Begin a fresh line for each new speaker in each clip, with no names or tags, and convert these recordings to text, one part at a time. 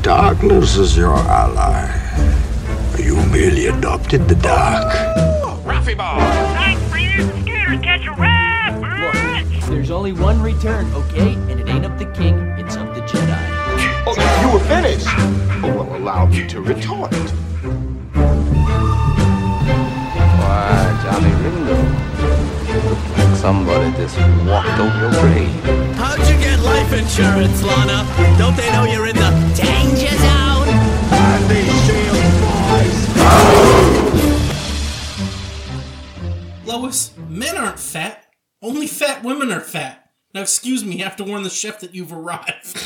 darkness is your ally. You merely adopted the dark.
Raffy Ball!
Thanks, friends. Scooters catch a ride, bitch.
There's only one return, okay? And it ain't of the king, it's of the Jedi.
Oh, you were finished! Oh, well, allow me to retort.
Why, Johnny Ringo, you look like somebody just walked over your grave.
How'd you get life insurance, Lana? Don't they know you're in the danger zone?
And these shield boys!
Lois, men aren't fat. Only fat women are fat. Now, excuse me, I have to warn the chef that you've arrived.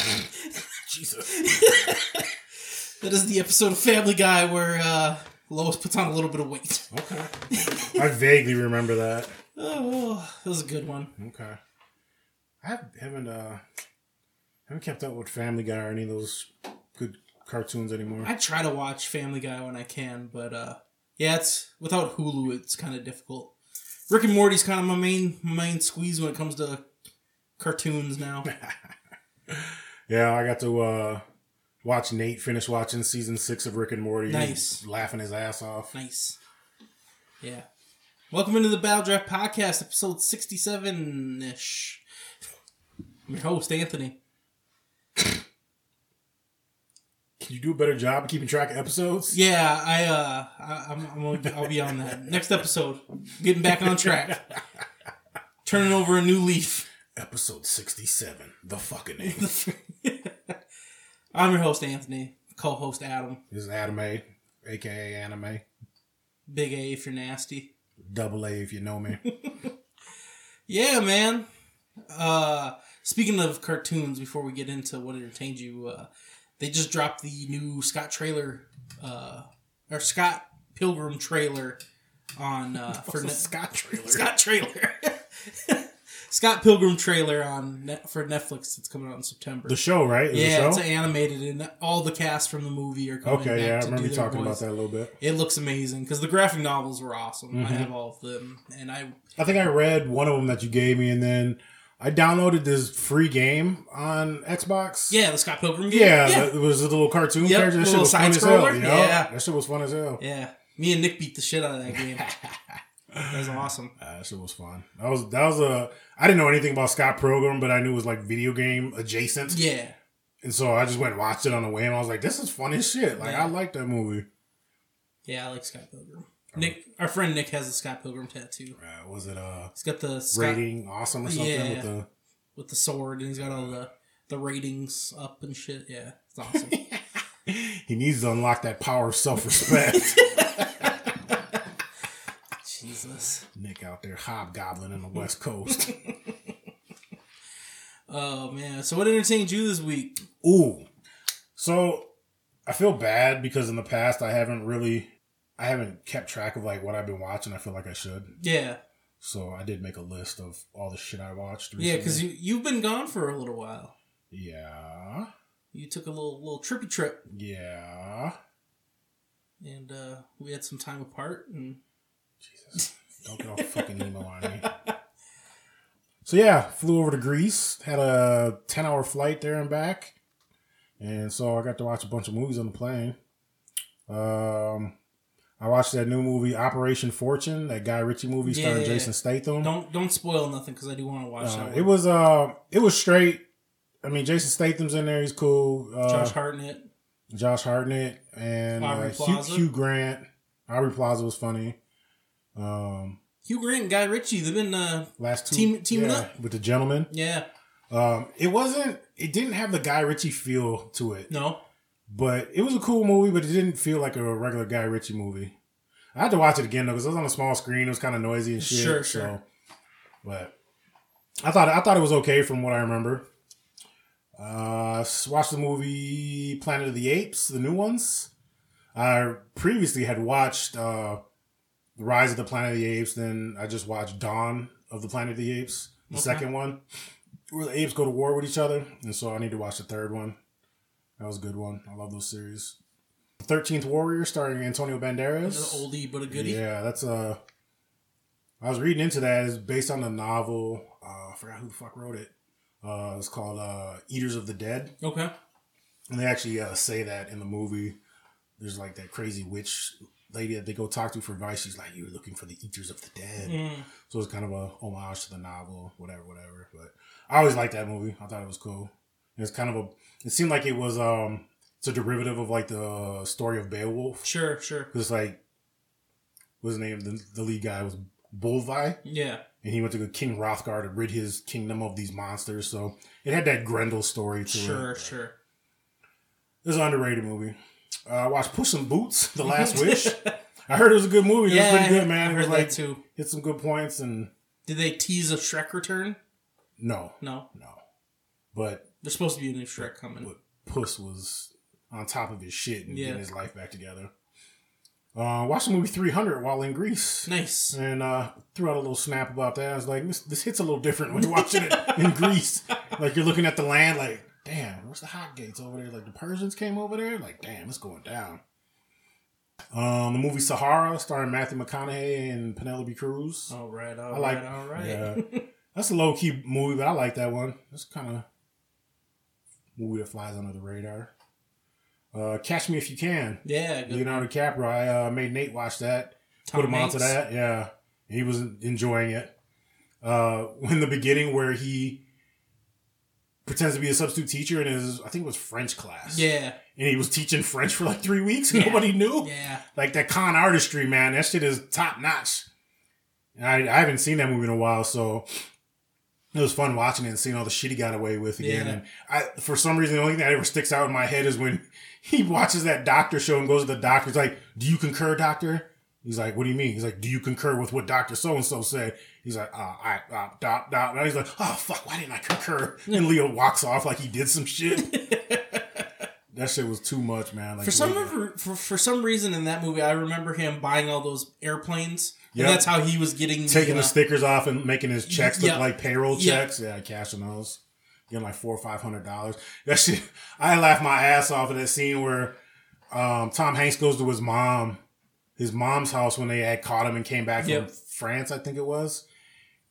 Jesus. that is the episode of Family Guy where uh, Lois puts on a little bit of weight.
Okay. I vaguely remember that.
Oh, that was a good one.
Okay. I haven't- haven't uh haven't kept up with Family Guy or any of those good cartoons anymore.
I try to watch Family Guy when I can, but uh, yeah, it's without Hulu, it's kind of difficult. Rick and Morty's kind of my main my main squeeze when it comes to cartoons now.
yeah, I got to uh watch Nate finish watching season six of Rick and Morty.
Nice.
Laughing his ass off.
nice, yeah. Welcome into the Battle Draft Podcast, episode sixty-seven ish. I'm your host Anthony.
Can you do a better job of keeping track of episodes?
Yeah, I uh, I, I'm, I'm gonna, I'll be on that next episode. Getting back on track, turning over a new leaf.
Episode sixty seven. The fucking name. this
I'm your host Anthony, co-host Adam.
is anime, aka anime.
Big A if you're nasty.
Double A if you know me.
Yeah, man. Uh, speaking of cartoons, before we get into what entertained you, uh, they just dropped the new Scott trailer, uh, or Scott Pilgrim trailer on uh, for
It's a
Net-
Scott trailer.
Scott trailer. Scott Pilgrim trailer on net for Netflix. It's coming out in September.
The show, right? Is it a
yeah, it's
show?
animated, and all the cast from the movie are coming. back
Okay, yeah, I
to
remember
do
you
their
talking about
voice.
that a little bit.
It looks amazing because the graphic novels were awesome. I
Mm-hmm.
have all of them, and I
I think I read one of them that you gave me, and then I downloaded this free game on Xbox.
Yeah, the Scott Pilgrim game.
Yeah,
yeah.
that- it was a little cartoon
Yep,
character. That shit
little
was fun as hell.
side-scroller.
yo.
Yeah.
that shit was fun as hell.
Yeah. Me and Nick beat the shit out of that game. that was awesome.
Uh, that shit was fun. That was that was a. I didn't know anything about Scott Program, but I knew it was like video game adjacent,
Yeah.
and so I just went and watched it on the way, and I was like, "This is fun as shit." Like
Yeah.
I like that movie.
Yeah, I like Scott Pilgrim. Nick, our friend Nick has a Scott Pilgrim tattoo.
Uh, was it uh
He's got the Scott
rating awesome or something
Yeah.
with the
with the sword, and he's got all the the ratings up and shit. Yeah, it's awesome.
he needs to unlock that power of self respect.
Jesus.
Nick out there hobgoblin in the West Coast.
Oh man. So what entertained you this week?
Ooh. So I feel bad because in the past I haven't really I haven't kept track of like what I've been watching. I feel like I should.
Yeah.
So I did make a list of all the shit I watched.
Yeah,
Recently.
because you you've been gone for a little while.
Yeah.
You took a little little trippy trip,
Yeah.
and uh, we had some time apart. And
Jesus. Don't get all fucking emo on me. So yeah, flew over to Greece, had a ten hour flight there and back. And so I got to watch a bunch of movies on the plane. Um I watched that new movie Operation Fortune, that Guy Ritchie movie
Yeah,
starring
yeah,
Jason
yeah.
Statham.
don't don't spoil nothing because I do want to watch
Uh,
that.
it
one.
was uh it was straight. I mean Jason Statham's in there, he's cool. Uh,
Josh Hartnett.
Josh Hartnett and uh,
Aubrey
Hugh,
Plaza.
Hugh Grant. Aubrey Plaza was funny. Um
Hugh Grant and Guy Ritchie, they've been uh
last two
Team- teaming
yeah,
up?
with the gentleman.
yeah,
Um, it wasn't. It didn't have the Guy Ritchie feel to it,
no.
but it was a cool movie. But it didn't feel like a regular Guy Ritchie movie. I had to watch it again though because it was on a small screen. It was kind of noisy and shit.
Sure,
so-
sure.
But I thought I thought it was okay from what I remember. Uh, s- watched the movie Planet of the Apes, the new ones. I previously had watched uh, the Rise of the Planet of the Apes. Then I just watched Dawn of the Planet of the Apes, the second one, where the apes go to war with each other. And so I need to watch the third one. That was a good one. I love those series. Thirteenth Warrior, starring Antonio Banderas.
An oldie but a goodie.
Yeah, that's uh I was reading into that. It's based on a novel. Uh, I forgot who the fuck wrote it. Uh, it's called uh, Eaters of the Dead.
Okay.
And they actually uh, say that in the movie. There's like that crazy witch lady that they go talk to for advice. She's like, "You're looking for the eaters of the dead."
Mm,
So it's kind of a homage to the novel, whatever, whatever. But I always liked that movie. I thought it was cool. It was kind of a. It seemed like it was um. It's a derivative of like the story of Beowulf.
Sure, sure.
Because like, what's his name? The, the lead guy was Bolvi
Yeah.
and he went to go King Hrothgar to rid his kingdom of these monsters. So it had that Grendel story to it.
Sure, sure.
It was an underrated movie. Uh, I watched Puss in Boots, The Last Wish. I heard it was a good movie.
Yeah,
it was pretty
I
good,
heard-
man.
I
It was
heard that
like
too.
hit some good points and
Did they tease a Shrek return?
no,
No.
no. But
There's supposed to be a new Shrek coming.
but Puss was on top of his shit and
Yeah.
getting his life back together. Uh, watched the movie 300 while in Greece.
Nice.
and uh, threw out a little snap about that. I was like, this, this hits a little different when you're watching it in Greece. Like you're looking at the land, like, damn, where's the hot gates over there? Like the Persians came over there. Like, damn, it's going down. Um, the movie Sahara, starring Matthew McConaughey and Penelope Cruz.
All right, all
I like.
right, all right.
Yeah, that's a low key movie, but I like that one. That's kind of movie that flies under the radar. Uh, Catch Me If You Can.
Yeah, good.
Leonardo DiCaprio. I uh, made Nate watch that
Tom
put him onto
Hanks.
that. Yeah, he was enjoying it. Uh, in the beginning, where he pretends to be a substitute teacher in his, I think it was French class.
Yeah,
and he was teaching French for like three weeks.
Yeah.
Nobody knew.
yeah.
Like that con artistry, man. That shit is top notch. And I, I haven't seen that movie in a while, so it was fun watching it and seeing all the shit he got away with again.
Yeah.
And I, for some reason, the only thing that ever sticks out in my head is when he watches that doctor show and goes to the doctor. He's like, "Do you concur, doctor?" He's like, "What do you mean?" He's like, "Do you concur with what Doctor So and So said?" He's like, "Ah, I, uh, dot, dot." And he's like, "Oh fuck, why didn't I concur?" And Leo walks off like he did some shit. that shit was too much, man. Like
For some
Leo-
re- for, for some reason in that movie, I remember him buying all those airplanes.
Yep.
And that's how he was getting
taking
the, uh,
the stickers off and making his checks look
Yeah.
like payroll
Yeah.
checks. Yeah, cashing those, getting like four or five hundred dollars. That shit, I laughed my ass off at that scene where um, Tom Hanks goes to his mom, his mom's house when they had caught him and came back
Yep.
from France, I think it was.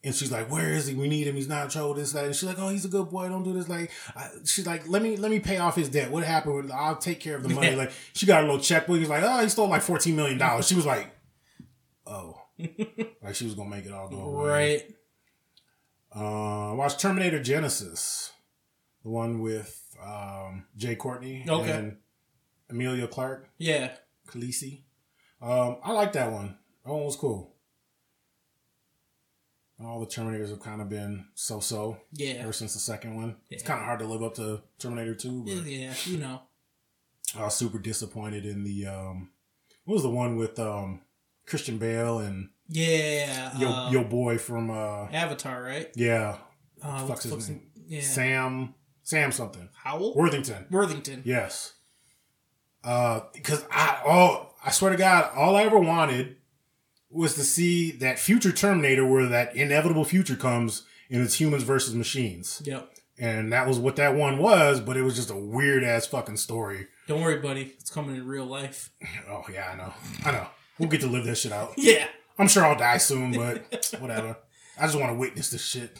And she's like, "Where is he? We need him. He's not in trouble. This, that." And she's like, "Oh, he's a good boy. Don't do this." Like, I, she's like, "Let me, let me pay off his debt. What happened? with- I'll take care of the money."
Yeah.
Like, she got a little checkbook. He's like, "Oh, he stole like fourteen million dollars." She was like, "Oh, like she was gonna make it all go away."
right.
Uh, watch Terminator Genesis, the one with um, Jay Courtney
Okay.
and Amelia Clark,
Yeah,
Khaleesi. Um, I like that one. That one was cool. All the Terminators have kind of been so-so
yeah,
ever since the second one. It's
Yeah.
kind of hard to live up to Terminator Two. But
yeah. You know,
I was super disappointed in the um, what was the one with um, Christian Bale and
yeah.
yo,
uh,
yo boy from uh,
Avatar, right?
yeah,
Uh,
fuck's his
what's-
name?
Yeah.
Sam Sam something
Howell
Worthington.
Worthington.
Yes. Uh, because I all I swear to God, all I ever wanted was to see that future Terminator where that inevitable future comes and it's humans versus machines.
Yep.
And that was what that one was, but it was just a weird ass fucking story.
Don't worry, buddy. It's coming in real life.
Oh yeah, I know. I know. We'll get to live this shit out.
Yeah.
I'm sure I'll die soon, but whatever. I just want to witness this shit.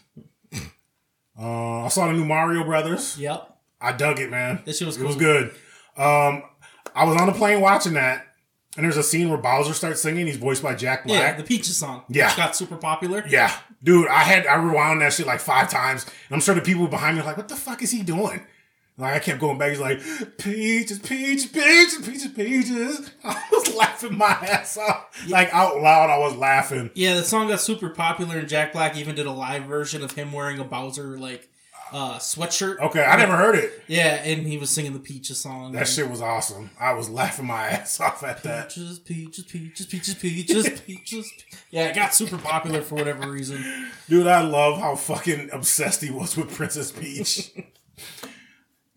Uh, I saw the new Mario Brothers.
Yep.
I dug it, man.
That shit was
It was
cool.
good. Um, I was on a plane watching that, and there's a scene where Bowser starts singing. He's voiced by Jack
Yeah,
Black.
the Peaches song.
Yeah.
which got super popular.
Yeah. dude, I had I rewound that shit like five times, and I'm sure the people behind me were like, "What the fuck is he doing?" Like I kept going back. He's like, "Peaches, peaches, peaches, peaches, peaches." I was laughing my ass off, like out loud. I was laughing.
Yeah, the song got super popular, and Jack Black even did a live version of him wearing a Bowser like uh, sweatshirt.
Okay, I never heard it.
Yeah, and he was singing the Peaches song.
That shit was awesome. I was laughing my ass off at that.
Peaches, peaches, peaches, peaches, peaches, peaches. Pe- Yeah, it got super popular for whatever reason.
Dude, I love how fucking obsessed he was with Princess Peach.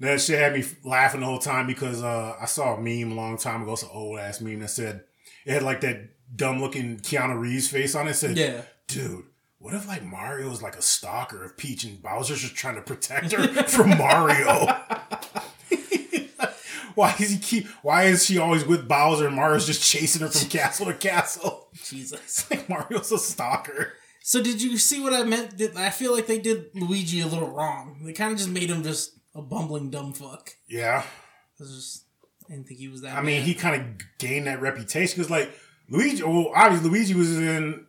that shit had me laughing the whole time because uh, I saw a meme a long time ago. It's an old ass meme that said it had like that dumb looking Keanu Reeves face on it. it said,
Yeah.
dude, what if like Mario is like a stalker of Peach and Bowser's just trying to protect her from Mario? why is he keep? Why is she always with Bowser and Mario's just chasing her from castle to castle?
Jesus.
It's like Mario's a stalker.
So did you see what I meant? Did, I feel like they did Luigi a little wrong. They kind of just made him just a bumbling dumb fuck.
Yeah.
I was just I didn't think he was that.
I mean,
bad.
he kind of gained that reputation because, like, Luigi. Well, obviously, Luigi was in.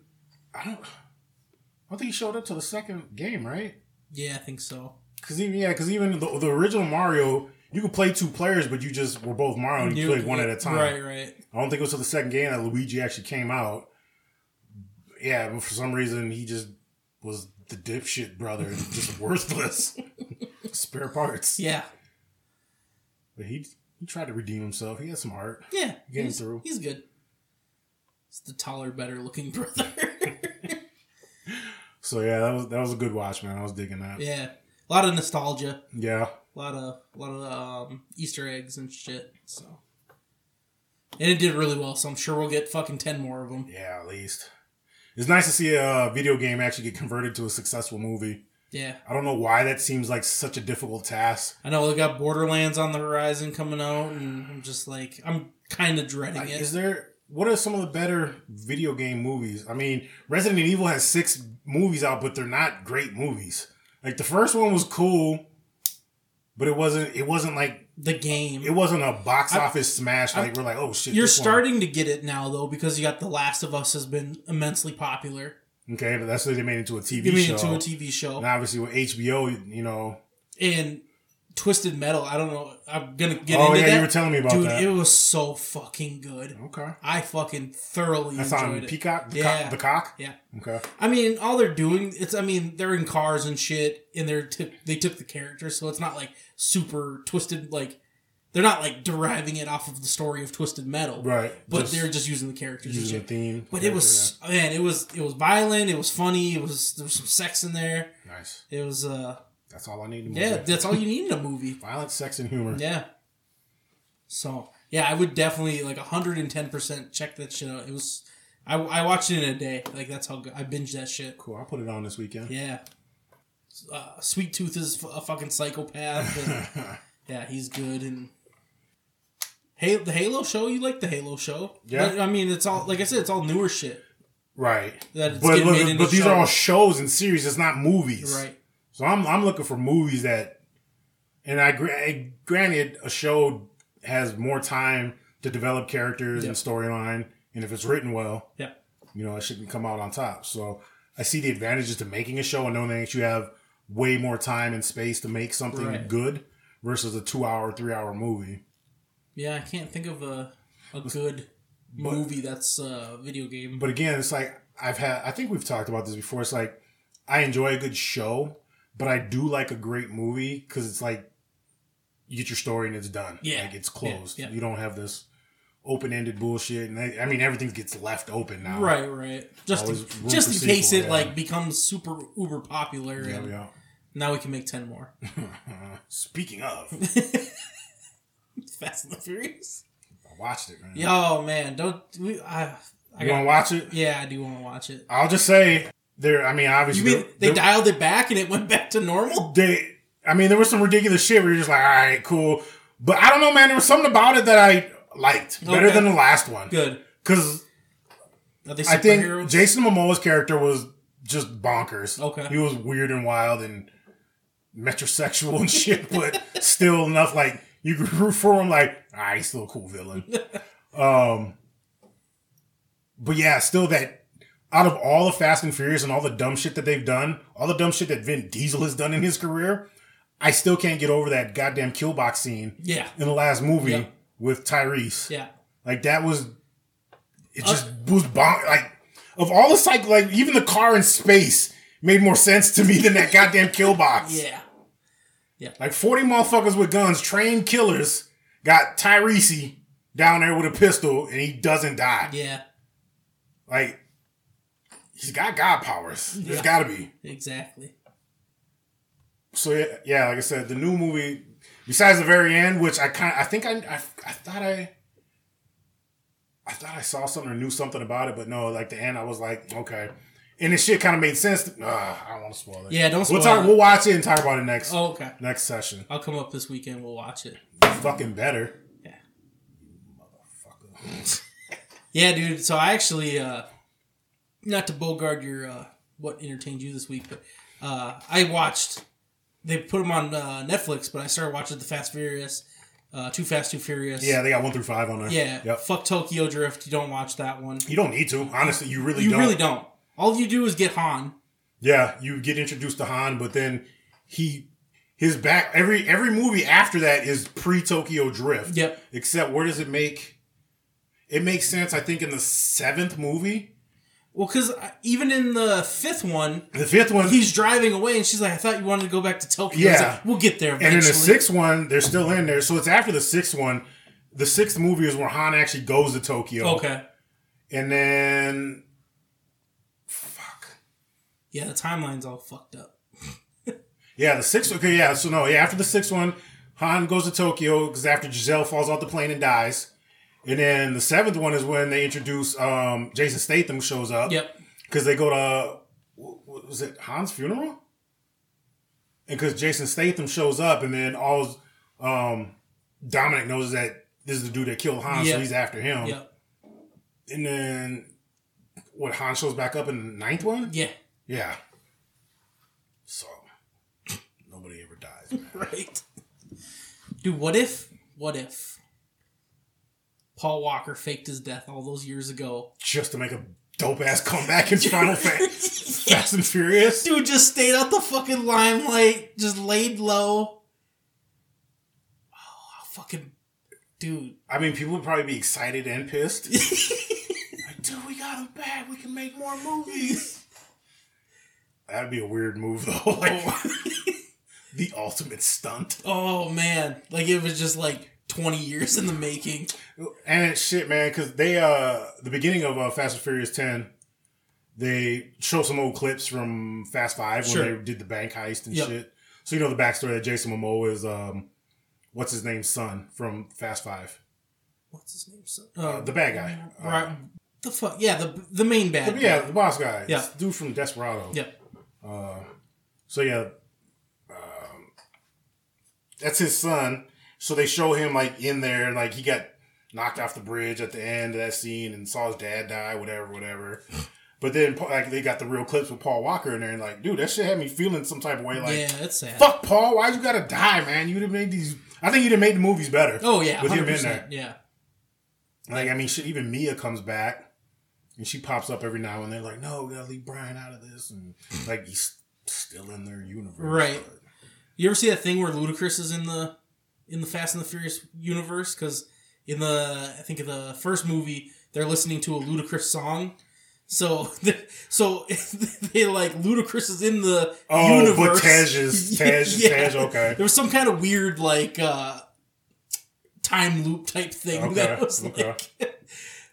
I don't. I don't think he showed up till the second game, right?
yeah, I think so.
Because even yeah, because even the, the original Mario, you could play two players, but you just were both Mario and you, Oh, played one at a time.
Right, right.
I don't think it was till the second game that Luigi actually came out. Yeah, but for some reason he just was the dipshit brother, and just worthless. Spare parts.
Yeah,
But he he tried to redeem himself. He had some heart.
yeah.
Getting
he's,
through.
He's good. He's the taller, better looking brother.
So yeah, that was that was a good watch, man. I was digging that. Yeah.
yeah, a lot of nostalgia, a lot of a lot of um, Easter eggs and shit. So, and it did really well. So I'm sure we'll get fucking ten more of them.
Yeah, at least. It's nice to see a uh, video game actually get converted to a successful movie.
Yeah,
I don't know why that seems like such a difficult task.
I know they got Borderlands on the horizon coming out, and I'm just like, I'm kind of dreading
Like,
it.
is there what are some of the better video game movies? I mean, Resident Evil has six movies out, but they're not great movies. Like the first one was cool, but it wasn't it wasn't like
the game.
it wasn't a box office smash. Like we're like, oh shit,
You're
this one-
starting to get it now though, because you got The Last of Us has been immensely popular.
okay, but that's what they made into a TV
You made
show.
it to a TV show
And obviously with HBO, you know,
and Twisted Metal. I don't know. I'm gonna get
Oh,
into
yeah,
that.
you were telling me about
Dude,
that.
it was so fucking good.
okay,
I fucking thoroughly
that's
enjoyed
on
it.
Peacock, the,
yeah,
cock, the cock.
yeah.
Okay,
I mean, all they're doing it's. I mean, they're in cars and shit, and they're tip, they took the character, so it's not like super twisted. Like they're not like deriving it off of the story of Twisted Metal,
Right.
But
Just
they're just using the characters, and
using
shit.
the theme.
But it was man, it was it was violent. It was funny. It was there was some sex in there.
nice.
It was uh
That's all I need. in a
yeah,
movie.
that's all you need in a movie.
violence, sex, and humor.
Yeah. So yeah, I would definitely like hundred and ten percent check that shit out. It was I, I watched it in a day. Like that's how good I binged that shit.
Cool. I'll put it on this weekend.
Yeah. Uh, Sweet Tooth is f- a fucking psychopath. and, yeah, he's good and. Hey, the Halo show. You like the Halo show?
Yeah.
But, I mean, it's all like I said. It's all newer shit.
Right.
That it's
but
getting
look,
made into
but these are all
shows.
shows and series. It's not movies.
Right.
So I'm I'm looking for movies that, and I gra- granted a show has more time to develop characters and storyline, and if it's written well,
Yeah.
you know, it shouldn't come out on top. So I see the advantages to making a show and knowing that you have way more time and space to make something
Right.
good versus a two hour, three hour movie.
Yeah, I can't think of a a good movie that's a video game.
But again, it's like I've had I think we've talked about this before. It's like I enjoy a good show, but I do like a great movie because it's like you get your story and it's done.
Yeah.
Like it's closed.
Yeah, yeah.
You don't have this open ended bullshit and I, I mean everything gets left open now.
right, right. Just
Always
in,
room
just
for
in case
sequel,
it
yeah.
like becomes super uber popular,
Yeah,
and
yeah.
now we can make ten more.
Speaking of,
Fast and the Furious.
I watched it, man.
Yo, man, don't we? I, I
You wanna
got,
watch it?
yeah, I do want to watch it.
I'll just say there I mean
You
obviously
mean they
there-
dialed it back and it went back to normal?
they I mean there was some ridiculous shit where you're just like, all right, cool. But I don't know, man, there was something about it that I liked better
Okay.
than the last one.
Good.
Cause
Are they
I think
superheroes?
Jason Momoa's character was just bonkers.
Okay.
He was weird and wild and metrosexual and shit, but still enough like you could root for him like, ah, he's still a cool villain. um But yeah, still that out of all the Fast and Furious and all the dumb shit that they've done, all the dumb shit that Vin Diesel has done in his career, I still can't get over that goddamn kill box scene
Yeah,
in the last movie
Yeah.
with Tyrese.
yeah,
Like that was, it
Uh,
just was bon- like of all the cycle, like even the car in space made more sense to me than that goddamn kill box.
yeah.
Like forty motherfuckers with guns, trained killers, got Tyrese down there with a pistol and he doesn't die.
Yeah,
Like he's got god powers. There's
Yeah.
got to be.
exactly.
So yeah, yeah, like I said, the new movie, besides the very end, which I kind, I think I, I, I thought I, I thought I saw something or knew something about it, but no, like the end, I was like, okay, and this shit kind of made sense. Uh, I don't want to spoil it.
Yeah, don't
We'll
spoil
talk.
it.
We'll watch it and talk about it next
Oh, okay.
next session.
I'll come up this weekend. We'll watch it.
Fucking better.
Yeah, dude. So I actually, uh, not to bogard your uh, what entertained you this week, but uh, I watched. They put them on uh, Netflix, but I started watching the Fast Furious uh, Too Fast, Too Furious.
Yeah, they got one through five on there.
Yeah.
Yep.
Fuck Tokyo Drift. You don't watch that one.
You don't need to. Honestly, you really
you
don't.
really don't. All you do is get Han.
Yeah, you get introduced to Han, but then he his back every every movie after that is pre Tokyo Drift.
Yep.
Except where does it make it makes sense? I think in the seventh movie,
Well, because even in the fifth one,
the fifth one,
he's driving away, and she's like, "I thought you wanted to go back to Tokyo." He's
Yeah.
like, we'll get there. Eventually.
and in the sixth one they're still in there. So it's after the sixth one. The sixth movie is where Han actually goes to Tokyo.
Okay.
and then fuck
Yeah, the timeline's all fucked up.
yeah, the sixth. Okay, yeah. So no, yeah. After the sixth one, Han goes to Tokyo because after Giselle falls off the plane and dies. And then the seventh one is when they introduce um, Jason Statham shows up.
Yep.
because they go to wh- what was it Han's funeral, and because Jason Statham shows up, and then all um, Dominic knows that this is the dude that killed Han,
Yeah.
so he's after him.
Yep.
And then what Han shows back up in the ninth one,
Yeah.
yeah. So nobody ever dies. man.
Right. Dude, what if? What if? Paul Walker faked his death all those years ago.
Just to make a dope ass comeback in Final Fast, Fast and Furious.
Dude just stayed out the fucking limelight, just laid low. Oh, I fucking dude.
I mean, people would probably be excited and pissed. like, dude, we got him back. We can make more movies. That'd be a weird move, though. Like, the ultimate stunt.
Oh man, like it was just like twenty years in the making.
And shit, man, because they, uh, the beginning of uh, Fast and Furious 10, they show some old clips from Fast Five when
Sure.
they did the bank heist and
Yep.
shit. So, you know, the backstory that Jason Momoa is, um, what's his name's son from Fast Five?
What's his name? son?
Uh, the bad guy. Uh,
right. The fuck? Yeah, the the main bad. guy.
Yeah, the boss guy.
Yeah.
Dude from Desperado.
Yeah.
So yeah, um, that's his son. So they show him like in there, like he got knocked off the bridge at the end of that scene and saw his dad die, whatever, whatever. But then like they got the real clips with Paul Walker in there, and like, dude, that shit had me feeling some type of way. Like,
yeah, that's sad.
fuck, Paul, why you gotta die, man? You'd have made these. I think you'd have made the movies better.
Oh yeah,
with him in
100%,
there.
Yeah.
Like, I mean, shit, even Mia comes back and she pops up every now and then, like, no, we gotta leave Brian out of this, and like he's still in their universe,
Right. You ever see that thing where Ludacris is in the in the Fast and the Furious universe? Because in the I think in the first movie they're listening to a Ludacris song, so so they like Ludacris is in the
Oh,
universe.
but Tej is Tej, is
Yeah.
Tej. Okay,
There was some kind of weird like uh time loop type thing
Okay,
that was
okay.
like.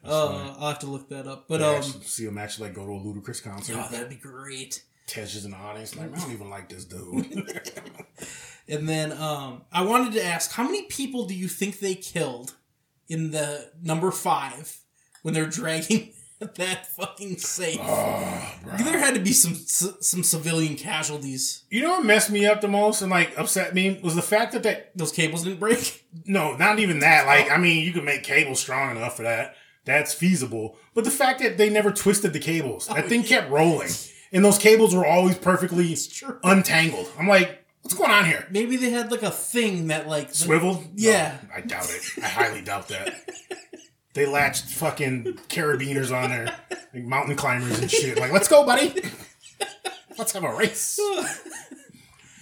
Uh, I'll have to look that up, but
I
um,
actually see him actually like go to a Ludacris concert.
oh, that'd be great.
Tej is in the audience, like I don't even like this dude.
And then um, I wanted to ask, how many people do you think they killed in the number five when they're dragging that fucking safe?
Ah,
there had to be some some civilian casualties.
you know what messed me up the most and like upset me was the fact that that
Those cables didn't break.
no, not even that. Like I mean, you can make cable strong enough for that. That's feasible. But the fact that they never twisted the cables,
Oh,
that thing kept rolling, and those cables were always perfectly
true.
untangled. I'm like, what's going on here?
Maybe they had like a thing that like the-
Swivel?
Yeah.
No, I doubt it. I highly doubt that. They latched fucking carabiners on there, like mountain climbers and shit. Like, let's go, buddy. Let's have a race.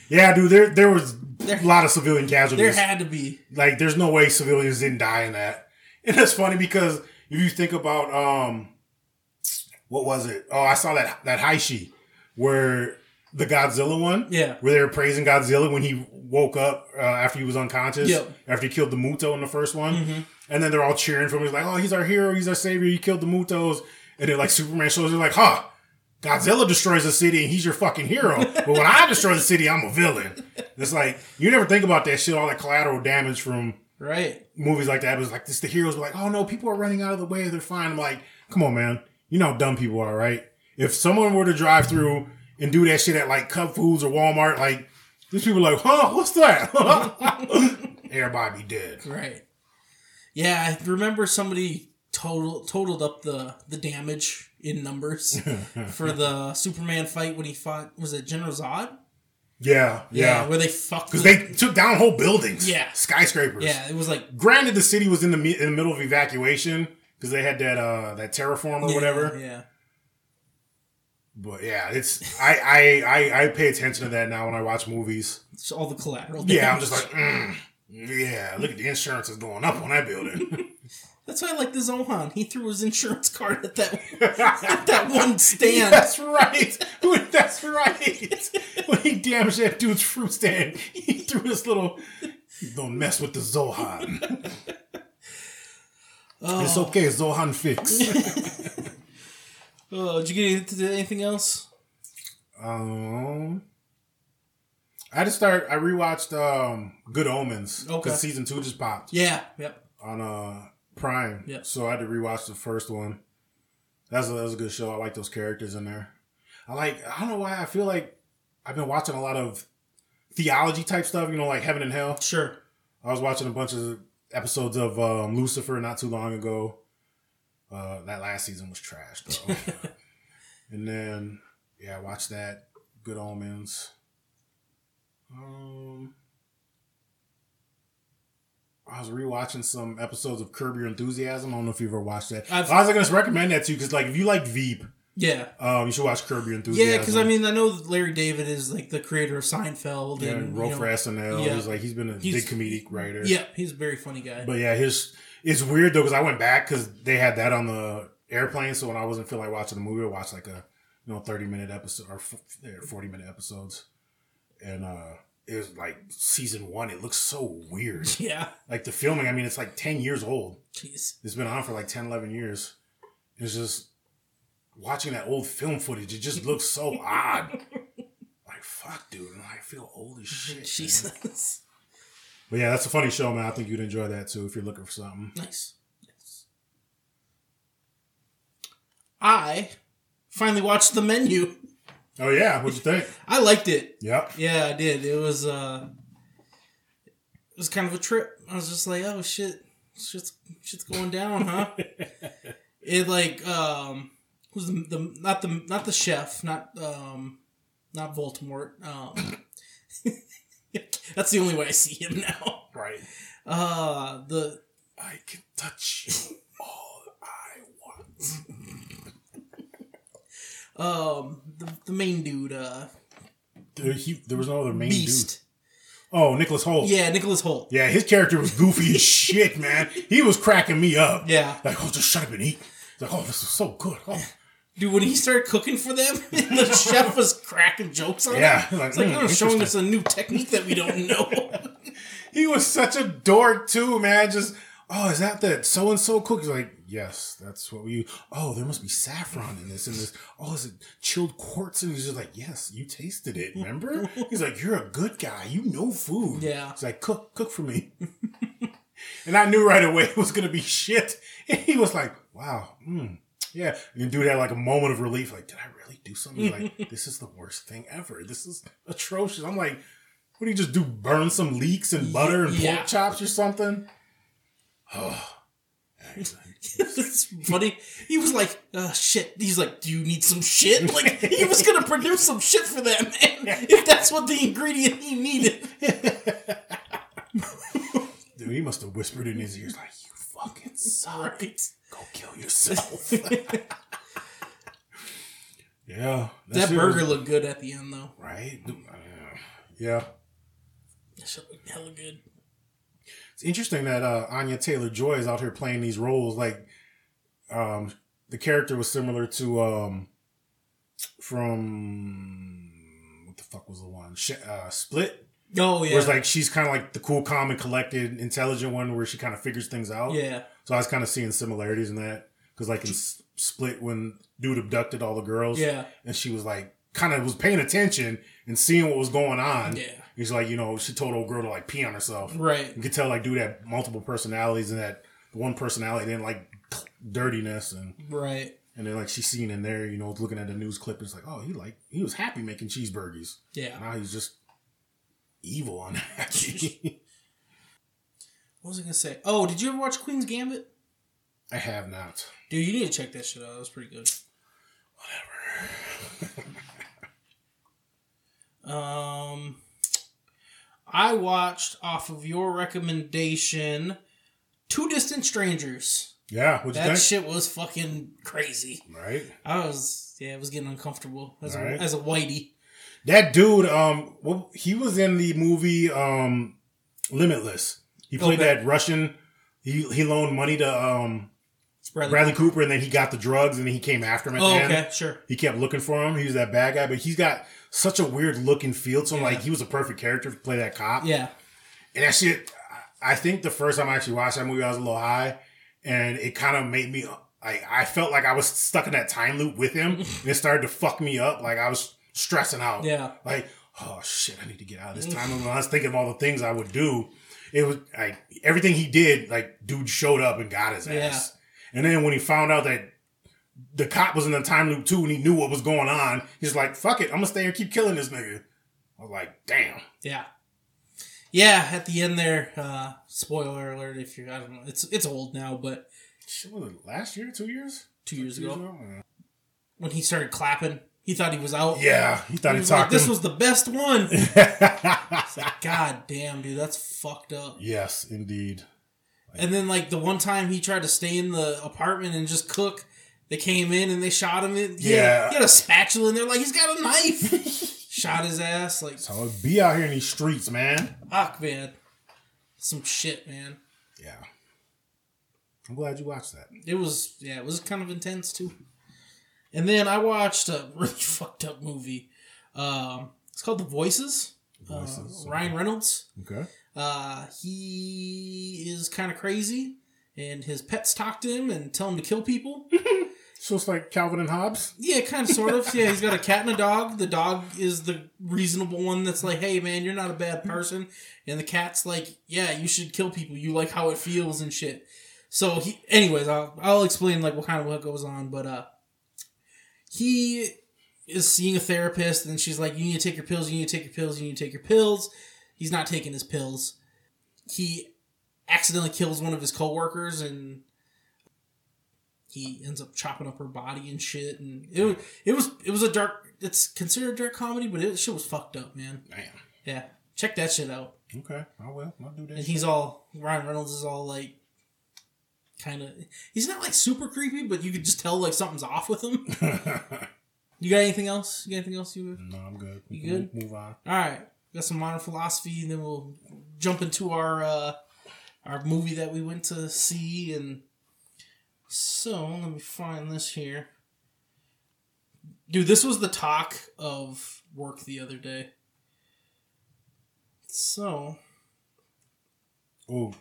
Yeah, dude, there there was a lot of civilian
there
casualties.
had to be.
like, there's no way civilians didn't die in that. And it's funny because if you think about um, what was it? Oh, I saw that that Haishi where the Godzilla one,
Yeah.
where they were praising Godzilla when he woke up uh, after he was unconscious,
Yep.
after he killed the Muto in the first one, and then they're all cheering for him. He's like, "Oh, he's our hero, he's our savior, he killed the Mutos," and then like Superman shows, they're like, "Huh." Godzilla destroys the city and he's your fucking hero. But when I destroy the city, I'm a villain. It's like, you never think about that shit, all that collateral damage from
Right.
movies like that. It was like, this, the heroes were like, oh no, people are running out of the way. They're fine. I'm like, come on, man. You know how dumb people are, right? If someone were to drive through and do that shit at like Cub Foods or Walmart, like, these people are like, huh, what's that? Everybody be dead.
Right. Yeah, I remember somebody total totaled up the the damage in numbers for the Superman fight when he fought was it General Zod?
Yeah, yeah.
where they fucked.
Because
the-
they took down whole buildings.
Yeah.
skyscrapers.
yeah, it was like
Granted, the city was in the me- in the middle of evacuation because they had that uh that terraform or
yeah,
whatever.
Yeah,
But yeah, it's I, I I I pay attention to that now when I watch movies.
it's all the collateral.
Yeah, I'm
damage.
just like, mm, yeah. Look at the insurance is going up on that building.
that's why I like the Zohan. He threw his insurance card at that at that one stand.
That's right. That's right. When he damaged that dude's fruit stand, he threw this little. Don't mess with the Zohan. It's okay, Zohan fix.
Oh, did you get into anything else?
Um, I just start. I rewatched um Good Omens.
Okay.
'cause season two just popped
Yeah. Yep.
on uh Prime.
Yeah.
So I had to rewatch the first one. That's a, that was a good show. I like those characters in there. I like. I don't know why. I feel like I've been watching a lot of theology type stuff. You know, like heaven and hell.
Sure.
I was watching a bunch of episodes of um, Lucifer not too long ago. Uh, that last season was trash, though. and then, yeah, I watched that. Good Omens. Um, I was rewatching some episodes of Curb Your Enthusiasm. I don't know if you've ever watched that.
I've-
I was going to recommend that to you because, like, if you like Veep,
Yeah.
um, you should watch Curb Your Enthusiasm.
Yeah, because I mean, I know that Larry David is like the creator of Seinfeld
yeah,
and
and wrote
you know,
for SNL.
yeah.
He's like he's been a
He's-
big comedic writer.
Yeah, he's a very funny guy.
But yeah, his it's weird though because I went back because they had that on the airplane. So when I wasn't feeling like watching the movie, I watched like a you know thirty minute episode or f- or forty minute episodes, and uh it was like season one. It looks so weird.
yeah,
like the filming, I mean, it's like ten years old.
jeez,
It's been on for like 10, 11 years. It's just watching that old film footage. It just looks so odd. Like fuck, dude, I feel old as shit. man.
Jesus,
But yeah, that's a funny show, man. I think you'd enjoy that too if you're looking for something.
nice. I finally watched the menu.
Oh yeah, what'd you think?
I liked it.
Yep.
Yeah, I did. It was uh, it was kind of a trip. I was just like, oh shit, shit's shit's going down, huh? it like um, was the, the not the not the chef, not um, not Voldemort. Um, that's the only way I see him now.
Right.
Uh, the
I can touch you all I want.
um, the, the main dude, uh,
There, he, there was no other main dude.
Beast.
Oh, Nicholas Holt.
Yeah, Nicholas Holt.
Yeah, his character was goofy as shit, man. He was cracking me up.
Yeah.
Like, oh, just shut up and eat. It's Like, oh, this is so good. Oh,
Dude, when he started cooking for them, the chef was cracking jokes on
yeah.
him. It's like
mm,
they're showing
interesting.
us a new technique that we don't know.
He was such a dork too, man. Just oh, is that the so and so cook? He's like, yes, that's what we. Oh, there must be saffron in this. And this. Oh, is it chilled quartz? And he's just like, yes, you tasted it. Remember? he's like, you're a good guy. You know food.
Yeah.
He's like, cook, cook for me. and I knew right away it was gonna be shit. And he was like, wow, mm, yeah. And dude had like a moment of relief. Like, did I really do something? He's like, this is the worst thing ever. This is atrocious. I'm like. What do you just do? Burn some leeks and butter and
Yeah.
pork chops or something?
it's funny. He was like, uh, shit. He's like, do you need some shit? Like, he was going to produce some shit for them, man, if that's what the ingredient he needed.
Dude, he must have whispered in his ears like, "You fucking suck.
Right.
Go kill yourself." yeah,
That
shit
burger
was-
looked good at the end, though.
right. Dude, uh, Yeah,
That shit looked hella good.
it's interesting that uh, Anya Taylor Joy is out here playing these roles. Like, um, the character was similar to um, from what the fuck was the one? Sh- uh, Split.
Oh, yeah.
Whereas like she's kind of like the cool, calm, and collected, intelligent one, where she kind of figures things out.
yeah.
So I was kind of seeing similarities in that because like in S- Split, when dude abducted all the girls,
Yeah.
and she was like kind of was paying attention and seeing what was going on.
Yeah.
he's like you know she told old girl to like pee on herself.
Right.
You could tell like dude had multiple personalities and that one personality didn't like dirtiness and
Right.
and then like she's seen in there you know looking at the news clip it's like oh he like he was happy making cheeseburgers
Yeah.
now he's just evil on that.
What was I going to say? Oh, did you ever watch Queen's Gambit?
I have not.
Dude, you need to check that shit out. That was pretty good. Um, I watched off of your recommendation, Two Distant Strangers.
Yeah, what you
That
think?
shit was fucking crazy.
right.
I was yeah, it was getting uncomfortable as a,
Alright.
as a whitey.
That dude, um, well, he was in the movie um, Limitless. He played
Okay.
that Russian. He he loaned money to um,
Rather,
Bradley Cooper, and then he got the drugs, and then he came after him. At
oh,
the end.
okay, sure.
He kept looking for him. He was that bad guy, but he's got such a weird looking feel to him. Like he was a perfect character to play that cop.
Yeah,
And that shit, I- I think the first time I actually watched that movie, I was a little high, and it kind of made me like I felt like I was stuck in that time loop with him, and it started to fuck me up. Like I was stressing out.
Yeah.
Like oh shit, I need to get out of this time loop. And I was thinking of all the things I would do. It was like everything he did. Like dude showed up and got his ass. And then when he found out that the cop was in the time loop too, and he knew what was going on, he's like, "Fuck it, I'm gonna stay here and keep killing this nigga." I was like, "Damn."
yeah, yeah. At the end there, uh, spoiler alert. If you, are I don't know, it's it's old now, but
Shit, was it last year, two years?
two years
Two years
ago
ago? Yeah.
when he started clapping, he thought he was out.
Yeah, he thought
He
he,
was like,
talked
this
him.
was the best one. It's like, God damn, dude, that's fucked up.
yes, indeed.
And then like the one time he tried to stay in the apartment and just cook, they came in and they shot him. In. He had-
Yeah.
he had a spatula in there. Like he's got a knife. shot his ass. Like
So I'll be out here in these streets, man.
fuck, man. Some shit, man.
Yeah. I'm glad you watched that.
It was yeah, it was kind of intense too. And then I watched a really fucked up movie. Um, it's called The Voices.
Voices,
Uh, Ryan Reynolds.
Okay.
Uh, he is kind of crazy, and his pets talk to him and tell him to kill people.
So it's like Calvin and Hobbes.
Yeah, kind of, sort of. Yeah, he's got a cat and a dog. The dog is the reasonable one that's like, "Hey, man, you're not a bad person," and the cat's like, "Yeah, you should kill people. You like how it feels and shit." So he, anyways, I'll I'll explain like what kind of what goes on, but uh, he is seeing a therapist, and she's like, "You need to take your pills. You need to take your pills. You need to take your pills." He's not taking his pills. He accidentally kills one of his coworkers and he ends up chopping up her body and shit and it was it was it was a dark it's considered dark comedy but it shit was fucked up man
Damn.
yeah check that shit out
Okay. I will. I'll do
and
that.
he's all Ryan Reynolds is all like kind of he's not like super creepy but you could just tell like something's off with him you got anything else you got anything else you
no, I'm good. We
You
can
good?
mo- Move on.
all right got some modern philosophy and then we'll jump into our uh our movie that we went to see and so let me find this here dude this was the talk of work the other day so
Ooh.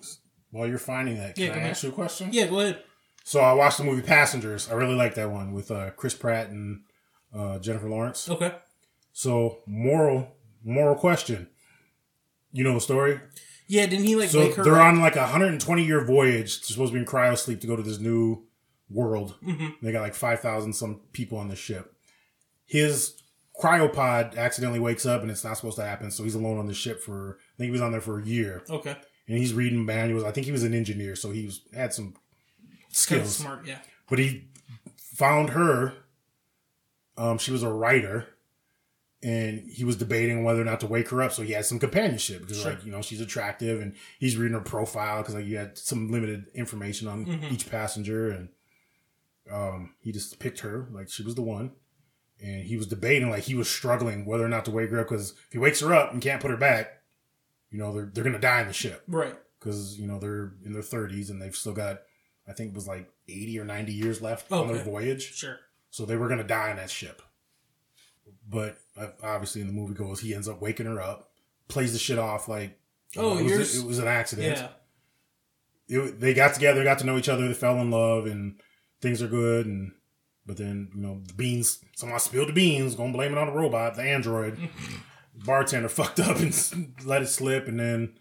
While you're finding that, can
Yeah,
I
go
ask you a question?
yeah go ahead
So I watched the movie Passengers. I really like that one with uh, Chris Pratt and uh, Jennifer Lawrence.
okay
So moral, moral question. You know the story?
yeah didn't he like
So
wake her
they're
up?
on like a 120 year voyage. They're supposed to be in cryo sleep to go to this new world.
Mm-hmm.
They got like 5,000 some people on the ship. His cryopod accidentally wakes up and it's not supposed to happen. So he's alone on the ship for, I think he was on there for a year.
okay
And he's reading manuals. I think he was an engineer. So he was, had some
kind of
skills.
smart yeah
But he found her. Um, she was a writer, and he was debating whether or not to wake her up. So he had some companionship because, like, you know, she's attractive, and he's reading her profile because, like, you had some limited information on each passenger, and um, he just picked her like she was the one. And he was debating, like, he was struggling whether or not to wake her up because if he wakes her up and can't put her back, you know, they're they're gonna die in the ship
right
because you know they're in their 30s and they've still got i think it was like 80 or 90 years left on their
Okay.
voyage
sure
so they were going to die on that ship but uh, obviously in the movie goes he ends up waking her up plays the shit off like you
Oh,
know, it,
yours-
was, it was an accident
yeah
it, they got together got to know each other they fell in love and things are good and but then you know the beans somehow spilled the beans gonna blame it on the robot the android bartender fucked up and s- let it slip and then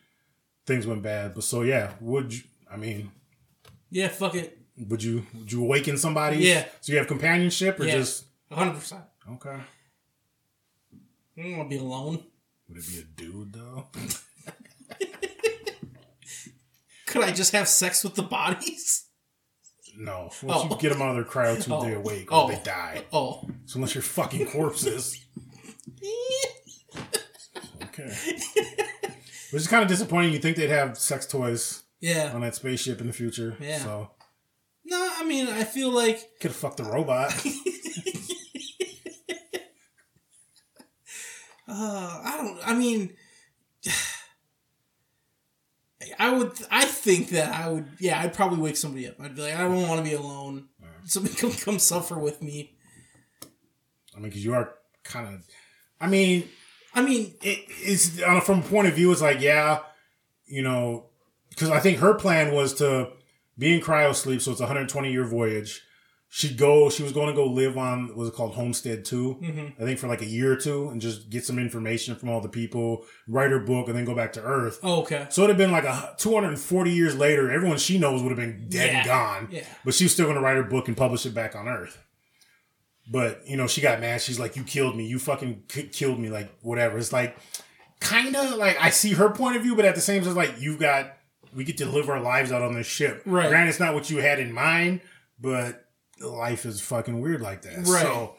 things went bad but so yeah would you i mean
yeah fuck it
would you would you awaken somebody
Yeah.
so you have companionship or
Yeah.
just
100%
okay
I don't want to be alone
would it be a dude though
could I just have sex with the bodies
no once
Oh.
you get them out of their cryo tube they
Oh.
awake or
Oh.
they die
oh
so unless you're fucking corpses Okay. Which is kind of disappointing. You think they'd have sex toys on
Yeah.
that spaceship in the future.
Yeah.
So,
No, I mean, I feel like
could have fucked the robot.
uh, I don't. I mean, I would. I think that I would. Yeah, I'd probably wake somebody up. I'd be like, I don't want to be alone. Somebody come come suffer with me.
I mean, because you are kind of. I mean,
I mean,
it, it's on a, from a point of view, it's like, yeah, you know, because I think her plan was to be in cryo sleep, so it's a 120 year voyage. She'd go, she was going to go live on, was it called Homestead 2?
Mm-hmm.
I think for like a year or two and just get some information from all the people, write her book, and then go back to Earth.
oh, okay.
So it'd have been like a 240 years later, everyone she knows would have been dead
Yeah.
and gone.
Yeah.
But she was still going to write her book and publish it back on Earth. But, you know, she got mad. She's like, you killed me. You fucking k- killed me. Like, whatever. It's like, kind of like I see her point of view, but at the same time, it's like, you've got, we get to live our lives out on this ship.
Right.
Granted, it's not what you had in mind, but life is fucking weird like that.
Right.
So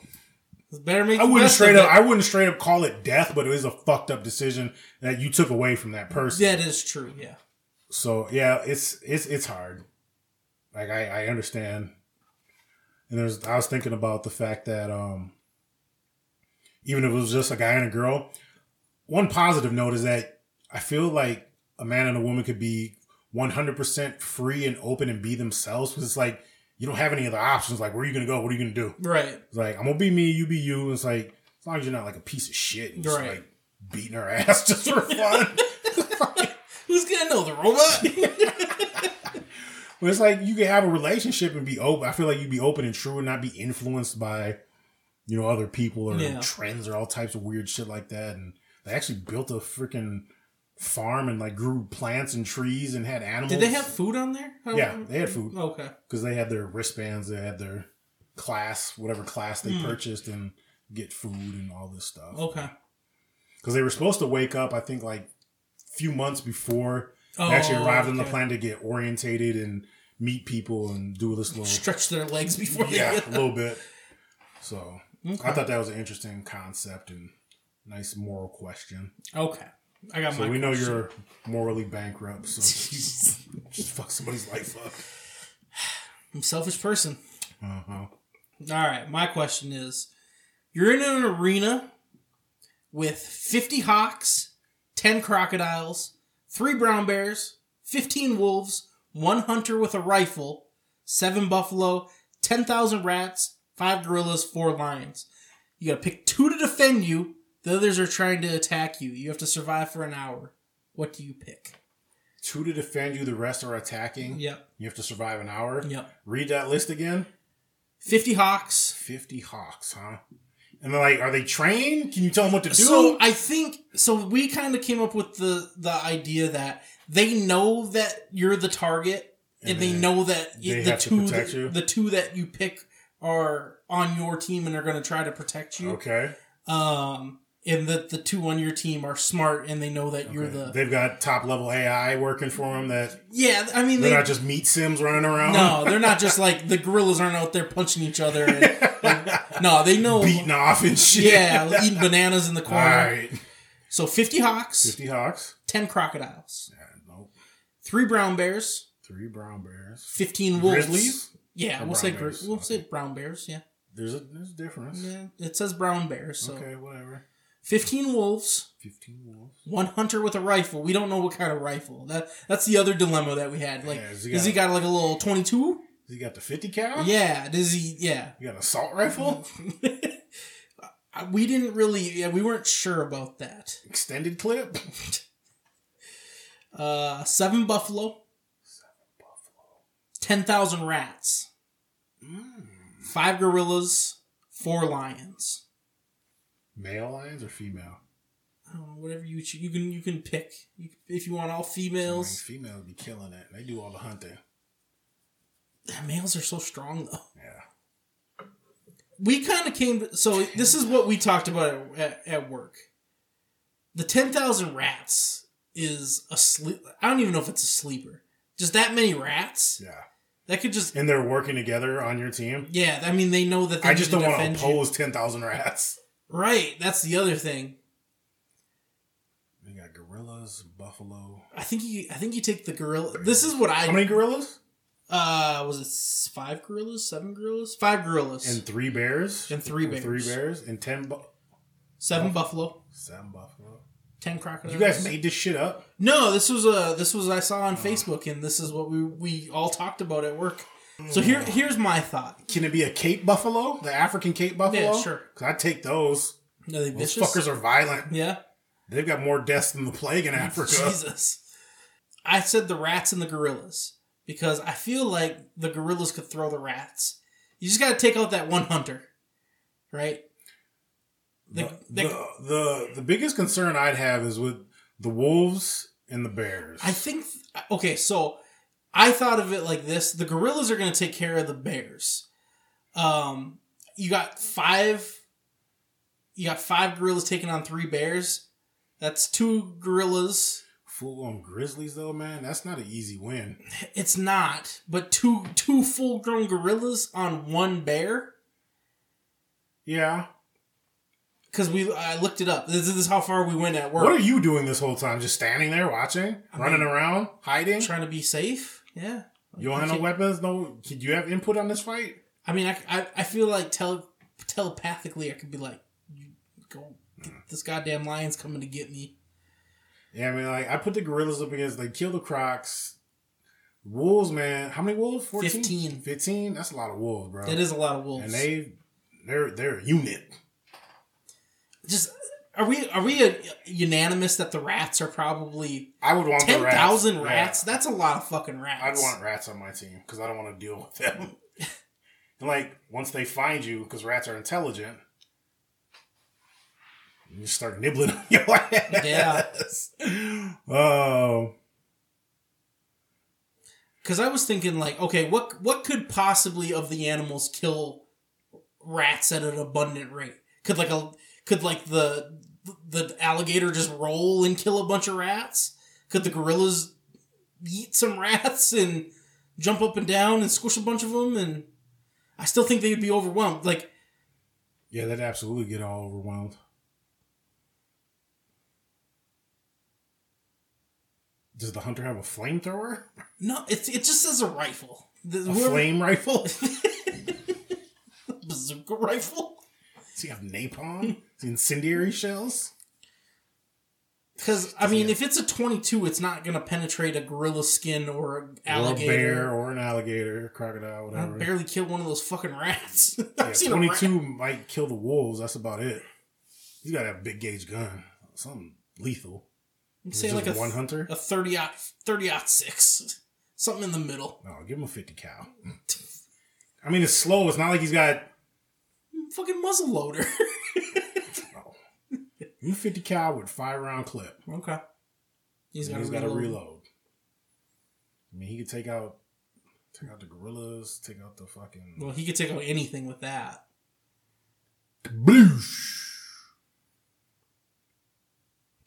Better make.
I
the
wouldn't
best of
straight up,
it.
I wouldn't straight up call it death, but it is a fucked up decision that you took away from that person.
That is true. Yeah.
So yeah, it's it's it's hard. Like I, I understand. And there's I was thinking about the fact that um even if it was just a guy and a girl, one positive note is that I feel like a man and a woman could be 100% free and open and be themselves because it's like you don't have any other options. Like, where are you going to go? What are you going to do?
Right.
It's like, I'm going to be me, you be you. And it's like, as long as you're not like a piece of shit and just
Right.
like beating her ass just for fun.
Who's gonna know the robot?
But it's like you can have a relationship and be open. I feel like you'd be open and true and not be influenced by, you know, other people or
Yeah.
trends or all types of weird shit like that. And they actually built a freaking farm and like grew plants and trees and had animals.
Did they have food on there? I don't
Yeah,
remember.
they had food.
Okay.
Because they had their wristbands, they had their class, whatever class they purchased, and get food and all this stuff.
Hmm. Okay.
Because they were supposed to wake up, I think, like few months before
Oh,
they actually arrived on the
okay.
planet to get orientated and meet people and do this little
Stretch their legs before they
yeah,
get
a little bit. So I thought that was an interesting concept and nice moral question.
Okay. I got
So
Oh my
we know you're morally bankrupt, so just just fuck somebody's life up.
I'm a selfish person.
Uh-huh.
All right, my question is you're in an arena with 50 hawks, 10 crocodiles, 3 brown bears, 15 wolves, 1 hunter with a rifle, 7 buffalo, 10,000 rats, 5 gorillas, 4 lions. You gotta pick 2 to defend you, the others are trying to attack you. You have to survive for an hour. What do you pick?
Two to defend you, the rest are attacking.
Yep.
You have to survive an hour.
Yep.
Read that list again.
50 hawks,
Fifty hawks, huh? And they're like, are they trained? Can you tell them what to do?
So I think so. We kind of came up with the the idea that they know that you're the target, and,
And
they
then
know that
they
the
have to
two
protect you?
that, the two that you pick are on your team and are going to try to protect you.
okay.
Um, and that the two on your team are smart and they know that you're the
They've got top level AI working for them that
yeah. I mean,
they're
they
not just meat sims running around.
no, they're not just like the gorillas aren't out there punching each other. And, like, no, they know.
Beating off and shit.
Yeah, eating bananas in the
All
corner.
right.
So fifty hawks,
Fifty hawks.
ten crocodiles,
Yeah, nope.
three brown bears.
Three brown bears.
15 wolves.
Grizzlies?
Yeah,
Or
we'll
brown
say gri-
bears?
we'll
Okay.
say brown bears. Yeah.
There's a there's a difference.
yeah, it says brown bears. So
Okay, whatever.
15 wolves,
Fifteen wolves.
one hunter with a rifle. We don't know what kind of rifle. That that's the other dilemma that we had. Like,
Yeah, has
is
he
he, got like a little 22?
You got the fifty cal.
Yeah. Does he? Yeah.
You got an assault rifle,
Uh, We didn't really. Yeah, we weren't sure about that.
extended clip.
Uh, seven buffalo. Ten thousand rats.
Hmm.
Five gorillas. Four lions.
Male lions or female?
I don't know, um, whatever you choose. You can you can pick you, if you want all
Like,
females.
females be killing it. They do all the hunting.
Males are so strong though.
Yeah.
We kind of came. So this is what we talked about at, at, at work. The ten thousand rats is a sleep. I don't even know if it's a sleeper. Just that many rats
Yeah.
that could just.
And they're working together on your team.
Yeah, I mean they know that. They
I just
need
don't want to
defend you.
oppose ten thousand rats.
Right, that's the other thing.
Gorillas, buffalo.
I think you. I think you take the gorilla. This is what I.
How many gorillas?
Uh, was it s- five gorillas? Seven gorillas? Five gorillas.
And three bears.
And three
Or Three
bears.
bears and ten. Bu-
seven buffalo.
seven buffalo.
Ten crocodiles.
You guys made this shit up.
No, this was a this was I
Oh.
saw on Facebook, and this is what we we all talked about at work.
Hmm.
So here here's my thought.
Can it be a Cape buffalo? The African Cape buffalo?
Yeah, sure.
Cause I take those.
Are they
Those
vicious?
fuckers are violent.
yeah.
They've got more deaths than the plague in Africa.
Jesus. I said the rats and the gorillas because I feel like the gorillas could throw the rats. You just got to take out that one hunter, right? The,
The,
the-
the the biggest concern I'd have is with the wolves and the bears.
I think okay, so I thought of it like this: the gorillas are going to take care of the bears. Um, you got five. You got five gorillas taking on three bears. That's two gorillas.
Full on grizzlies though, man. That's not an easy win.
It's not, but two two full grown gorillas on one bear.
Yeah.
Because we, I looked it up. This is how far we went at work.
What are you doing this whole time? Just standing there watching, running around, hiding.
trying to be safe? Yeah.
you don't have no weapons. No. Do you have input on this fight?
I mean, I, I, I feel like tele, telepathically, I could be like, you go, get this goddamn lion's coming to get me.
Yeah, I mean, like I put the gorillas up against. They kill the crocs. Wolves, man. How many wolves? 14?
15.
15? That's a lot of wolves, bro.
That is a lot of wolves.
Oh. And they, they're they're a unit.
just are we are we uh unanimous that the rats are probably
I would want
ten
the rats.
thousand
Yeah.
rats? That's a lot of fucking
I'd
rats.
want rats on my team because I don't want to deal with them. and like once they find you, because rats are intelligent, you just start nibbling on your ass.
Yeah.
Oh,
Because I was thinking like, okay, what what could possibly of the animals kill rats at an abundant rate? Could like a could like the the alligator just roll and kill a bunch of rats? Could the gorillas eat some rats and jump up and down and squish a bunch of them? And I still think they would be overwhelmed. Like
yeah, they'd absolutely get all overwhelmed. Does the hunter have a flamethrower?
no, it's it just says a rifle. The,
A
whoever-
flame rifle?
bazooka rifle.
Does he have napalm? Does he incendiary shells?
Because I mean, if it's a twenty-two, it's not gonna penetrate a gorilla skin or an
Or
alligator.
a bear or an alligator, crocodile,
I
whatever.
barely killed one of those fucking rats. I've
Yeah,
seen a rat.
22 might kill the wolves. That's about it. You gotta have a big gauge gun. Something lethal.
I'm
Is it
saying like
just
a
one hunter?
a thirty out thirty out six, something in the middle.
No, give him a 50 cow. I mean, it's slow. It's not like he's got.
Fucking muzzle loader.
You 50 cow with five round clip.
okay. He's
And
got
he's
to
gotta
reload.
reload. I mean, he could take out. Take out the gorillas. Take out the fucking.
Well, he could take out anything with that.
Bloosh!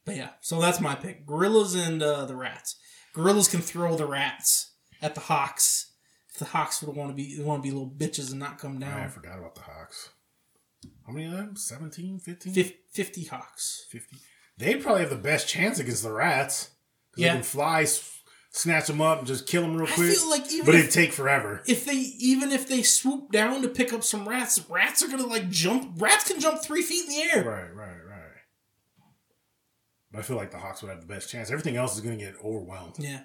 But yeah, so that's my pick: gorillas and uh, the rats. Gorillas can throw the rats at the hawks. If the hawks would want to be want to be little bitches and not come
Man, I
down.
forgot about the Hawks. How many of them? 17, 15?
Fif- 50 hawks.
50. They probably have the best chance against the rats. 'Cause
Yeah.
They can fly, s- snatch them up, and just kill them real
I
quick.
feel like even
but
if-
it'd take forever.
If they even if they swoop down to pick up some rats, rats are gonna like jump. Rats can jump three feet in the air.
Right, right, right. But I feel like the Hawks would have the best chance. Everything else is going to get overwhelmed.
Yeah,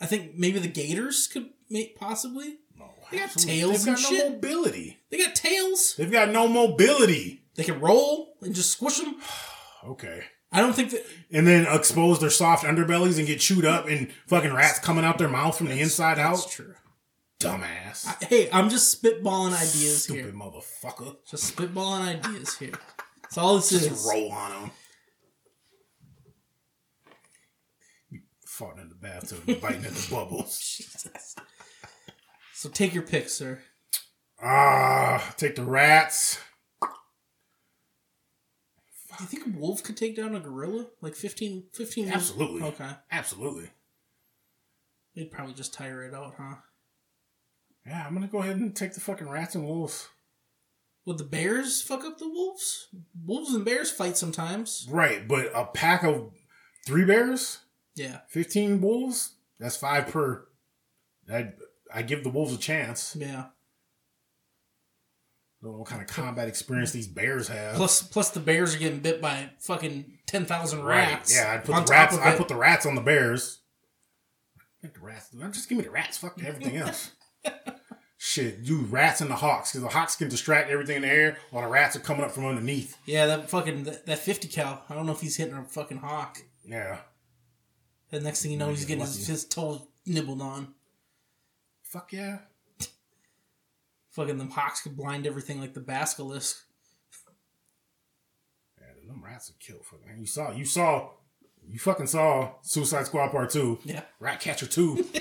I think maybe the gators could make possibly.
No,
They got
absolutely.
tails
They've
and
got no
shit.
mobility.
They got tails.
They've got no mobility.
They can roll and just squish them.
Okay.
I don't think that
And then expose their soft underbellies and get chewed up and fucking rats coming out their mouth from the inside
that's
out.
true.
Dumbass.
Hey, I'm just spitballing ideas
Stupid
here.
motherfucker.
Just spitballing ideas here. That's all this
Just
is.
roll on them. Farting in the bathtub, and biting at the bubbles.
Jesus. So take your pick, sir.
Ah, take the rats.
Do you think a wolf could take down a gorilla? Like 15, 15 wolves?
Absolutely.
Okay.
Absolutely.
They'd probably just tire it out, huh?
Yeah, I'm gonna go ahead and take the fucking rats and wolves.
Would the bears fuck up the wolves? Wolves and bears fight sometimes.
Right, but a pack of three bears,
Yeah.
fifteen wolves. That's five per. I I give the wolves a chance.
Yeah.
Don't know what kind of combat experience these bears have.
Plus, plus the bears are getting bit by fucking ten thousand
Right,
rats.
Yeah, I
on
put the
top
rats.
of
I
it.
put the rats on the bears. Get the rats. Just give me the rats. Fuck everything else. Shit, you rats and the hawks because the hawks can distract everything in the air while the rats are coming up from underneath.
yeah, that fucking that, that fifty cal. I don't know if he's hitting a fucking hawk.
Yeah.
The next thing you know, he's getting his,
Oh, lucky.
his toe nibbled on.
Fuck yeah.
Fucking them hawks could blind everything like the basilisk.
Yeah, them rats are killed. Fuck, man. You saw. You saw. You fucking saw Suicide Squad Part Two.
Yeah.
Ratcatcher Two.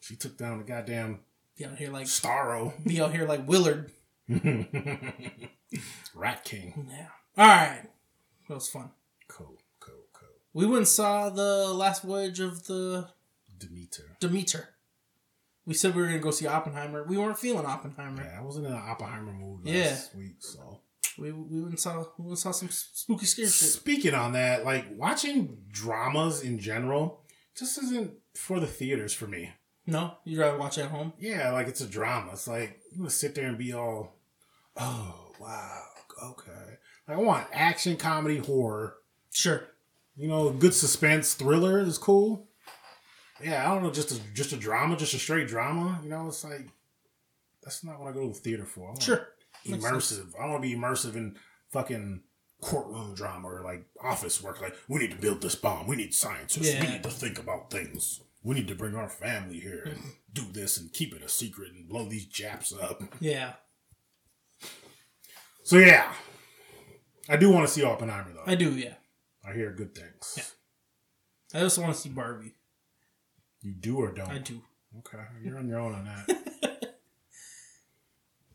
she took down the goddamn
Be out here like
Starro
be out here like Willard.
Rat King.
Yeah. All right. That was fun.
Cool. Cool. Cool.
We went and saw the last voyage of the
Demeter.
Demeter. We said we were gonna go see Oppenheimer. We weren't feeling Oppenheimer.
Yeah, I was in an Oppenheimer mood
Yeah.
last week, so.
We we went and saw we went and saw some spooky scary shit.
Speaking on that, like watching dramas in general just isn't for the theaters for me.
No, you'd rather watch it at home.
Yeah, like it's a drama. It's like you gonna sit there and be all, oh wow, okay. Like, I want action, comedy, horror.
Sure.
You know, good suspense, thriller is cool. Yeah, I don't know, just a, just a drama, just a straight drama. You know, it's like that's not what I go to the theater for. I want
Sure. Makes sense.
immersive. I want to be immersive in fucking courtroom drama or like office work. Like we need to build this bomb. We need scientists. We
Yeah.
need to think about things. We need to bring our family here and do this and keep it a secret and blow these Japs up.
Yeah.
So yeah, I do want to see Oppenheimer though.
I
I,
do, yeah.
hear good things.
I also want to see Barbie.
You do or don't?
I do.
Okay, you're on your own on that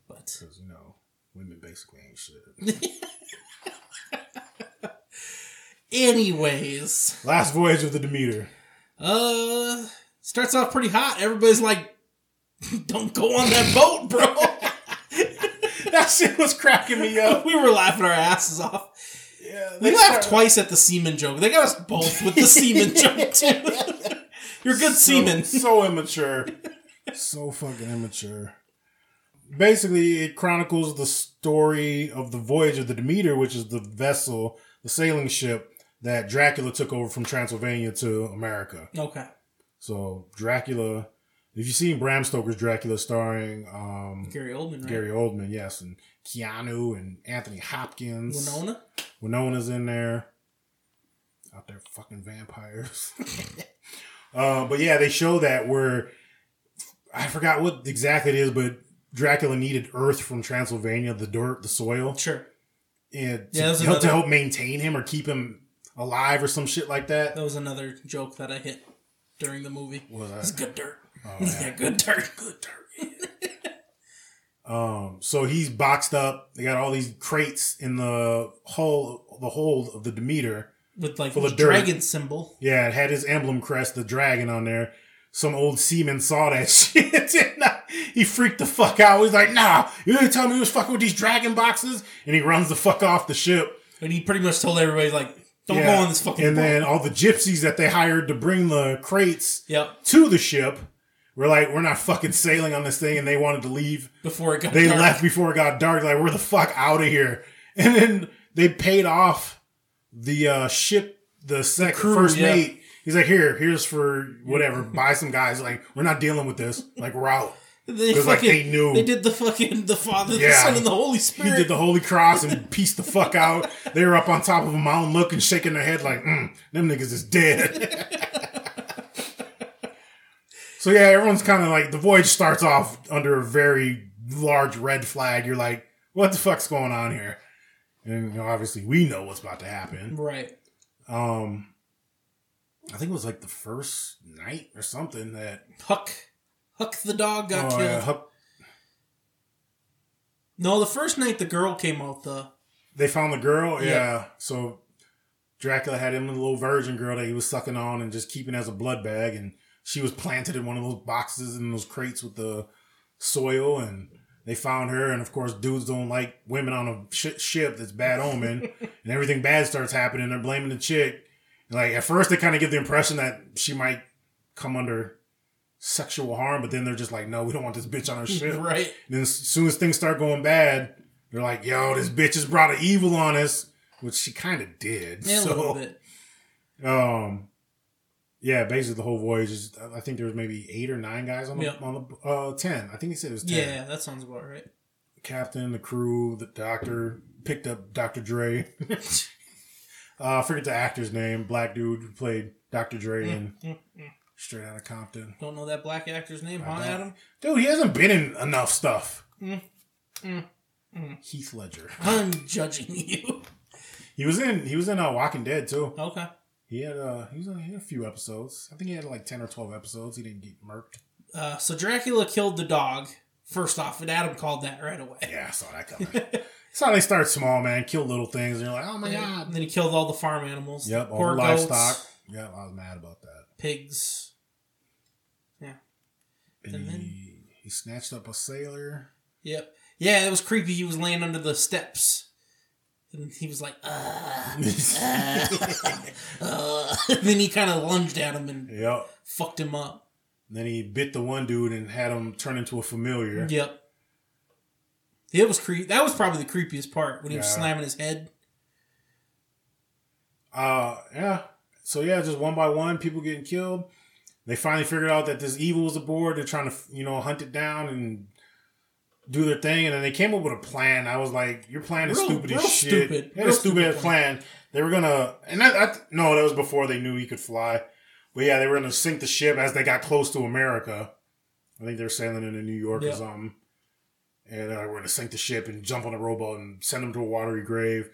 But
because you know women basically ain't shit.
anyways.
Last voyage of the Demeter.
Uh, starts off pretty hot. Everybody's like, "Don't go on that boat, bro."
That shit was cracking me up.
we were laughing our asses off.
Yeah,
We
they
laughed
start-
twice at the semen joke. They got us both with the semen joke too. You're good semen.
So, so immature. so fucking immature. Basically, it chronicles the story of the voyage of the Demeter, which is the vessel, the sailing ship that Dracula took over from Transylvania to America.
Okay.
So, Dracula, if you've seen Bram Stoker's Dracula starring um,
Gary Oldman, right?
Gary Oldman, yes, and Keanu and Anthony Hopkins.
Winona.
Winona's in there. Out there fucking vampires. uh, but yeah, they show that where I forgot what exactly it is, but Dracula needed earth from Transylvania, the dirt, the soil,
Sure.
and
Yeah, that
to,
was
help, to
another-
help maintain him or keep him alive or some shit like that.
That was another joke that I hit during the movie.
Was I-
It's good dirt.
Oh, yeah.
yeah, good dirt. Good dirt.
Um, so he's boxed up. They got all these crates in the hull, the hold of the Demeter.
With like
Full
the
of dirt.
dragon symbol.
Yeah, it had his emblem crest, the dragon, on there. Some old seaman saw that shit. and uh, he freaked the fuck out. He's like, nah, you didn't tell me you was fucking with these dragon boxes? And he runs the fuck off the ship.
And he pretty much told everybody like, "Don't
Yeah.
go on this fucking
And
boat."
then all the gypsies that they hired to bring the crates
yep.
to the ship were like, we're not fucking sailing on this thing. And they wanted to leave.
Before it got
They
dark.
left before it got dark. Like, we're the fuck out of here. And then they paid off the uh, ship, the second
crew,
first
yeah.
mate. He's like, here, here's for whatever. Buy some guys. Like, we're not dealing with this. Like, we're out.
They
'Cause, like, they knew.
They did the fucking the Father, the
Yeah.
Son, and the Holy
He
Spirit.
did the Holy Cross and pieced the fuck out. They were up on top of a mountain looking, shaking their head like, mm, them niggas is dead. so, yeah, everyone's kind of like, the voyage starts off under a very large red flag. You're like, what the fuck's going on here? And you know, obviously, we know what's about to happen.
right.
Um, I think it was like the first night or something that
Huck, Huck the dog got
oh,
killed.
yeah, Huck-
no, the first night the girl came out the
They found the girl, yeah.
Yeah.
So Dracula had him and the little virgin girl that he was sucking on and just keeping as a blood bag, and she was planted in one of those boxes and those crates with the soil, and they found her. And of course, dudes don't like women on a sh- ship that's bad omen, and and everything bad starts happening. They're blaming the chick. Like at first, they kind of give the impression that she might come under sexual harm, but then they're just like, no, we don't want this bitch on our ship.
Right.
And then as soon as things start going bad, they're like, yo, this bitch has brought an evil on us, which she kind of did.
Yeah, a
so,
little bit.
um, yeah, basically the whole voyage is. I think there was maybe eight or nine guys on the
Yep.
on the uh, ten. I think he said it was ten.
Yeah, that sounds about right.
Captain, the crew, the doctor picked up Dr. Dre. uh, I forget the actor's name. Black dude who played Dr. Dre
Mm,
in Straight Outta Compton.
Don't know that black actor's name, huh,
don't.
Adam?
Dude, he hasn't been in enough stuff.
mm.
Heath Ledger.
I'm judging you.
He was in. He was in uh, Walking Dead too.
Okay.
He had. Uh, he was on he had a few episodes. I think he had like ten or twelve episodes. He didn't get murked.
Uh, so Dracula killed the dog. First off, and Adam called that right away.
Yeah, I saw that coming. That's how they start small, man. Kill little things, and you're like, oh my
And
god.
then he killed all the farm animals.
Yep, all
Poor
the
goats,
livestock. Yep, I was mad about that.
Pigs. Yeah.
And
And then-
he, he snatched up a sailor.
Yep. Yeah, it was creepy. He was laying under the steps. And he was like, ah. ah." And then he kind of lunged at him and
Yep.
fucked him up.
And then he bit the one dude and had him turn into a familiar.
Yep. It was creepy. That was probably the creepiest part when he was
Yeah.
slamming his head.
Uh, yeah. So yeah, just one by one, people getting killed. They finally figured out that this evil was aboard. They're trying to, you know, hunt it down and do their thing. And then they came up with a plan. I was like, "Your plan is
Real-
stupid as
real
shit."
stupid.
They had
Real
a stupid
stupid
ass plan. They were gonna, and that, that no, that was before they knew he could fly. But yeah, they were gonna sink the ship as they got close to America. I think they were sailing into New York
Yeah.
or something. And they're like, "We're gonna sink the ship and jump on a rowboat and send him to a watery grave."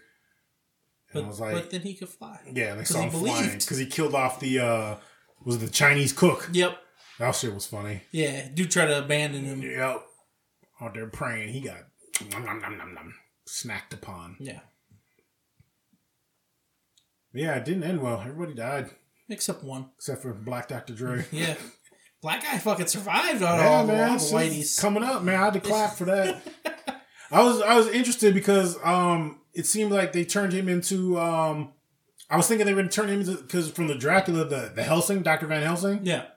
And
But,
I was like,
but then he could fly.
yeah, and they
'Cause
saw
he
him flying
believed.
because he killed off the uh was it the Chinese cook.
Yep.
That shit was funny.
Yeah. Do try to abandon him. Yeah.
Yep, out there praying, he got nom, nom, nom, nom, nom, snacked upon. Yeah, it didn't end well. Everybody died
Except one.
except for Black Dr. Dre.
Yeah. Black guy fucking survived on
Yeah,
Oh, all
man,
the,
she's
all the whiteys.
coming up, man. I had to clap for that. I was I was interested because um it seemed like they turned him into um I was thinking they were going to turn him into because from the Dracula the the Helsing Doctor Van Helsing
yeah.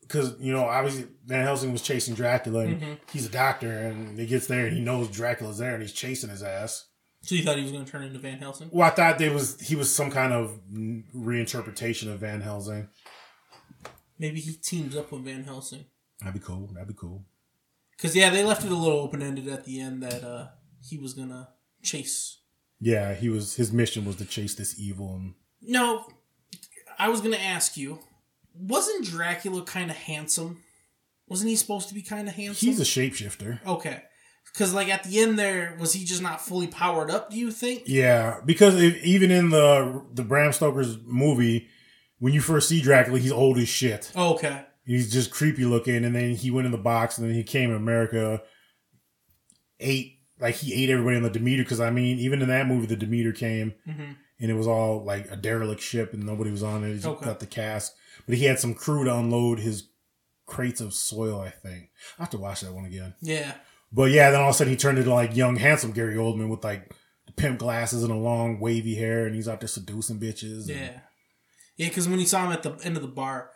because you know obviously Van Helsing was chasing Dracula. And He's a doctor, and he gets there and he knows Dracula's there, and he's chasing his ass.
So you thought he was going to turn into Van Helsing?
Well, I thought they was he was some kind of n- reinterpretation of Van Helsing.
Maybe he teams up with Van Helsing.
That'd be cool. That'd be cool.
Because, yeah, they left it a little open ended at the end that uh, he was going to chase.
Yeah, he was. His mission was to chase this evil. And
No, I was going to ask you wasn't Dracula kind of handsome? Wasn't he supposed to be kind of handsome?
he's a shapeshifter.
Okay. Because, like, at the end there, was he just not fully powered up, do you think?
Yeah, because if, even in the the Bram Stoker's movie, when you first see Dracula, he's old as shit.
Oh, Okay.
He's just creepy looking, and then he went in the box, and then he came to America, ate like he ate everybody on the Demeter. Because I mean, even in that movie, the Demeter came,
Mm-hmm.
and it was all like a derelict ship, and nobody was on it. He just
Okay.
got the cask, but he had some crew to unload his crates of soil. I think I have to watch that one again.
Yeah.
But yeah, then all of a sudden he turned into like young, handsome Gary Oldman with like pimp glasses and a long wavy hair, and he's out there seducing bitches. and-
Yeah. Yeah, because when you saw him at the end of the bar,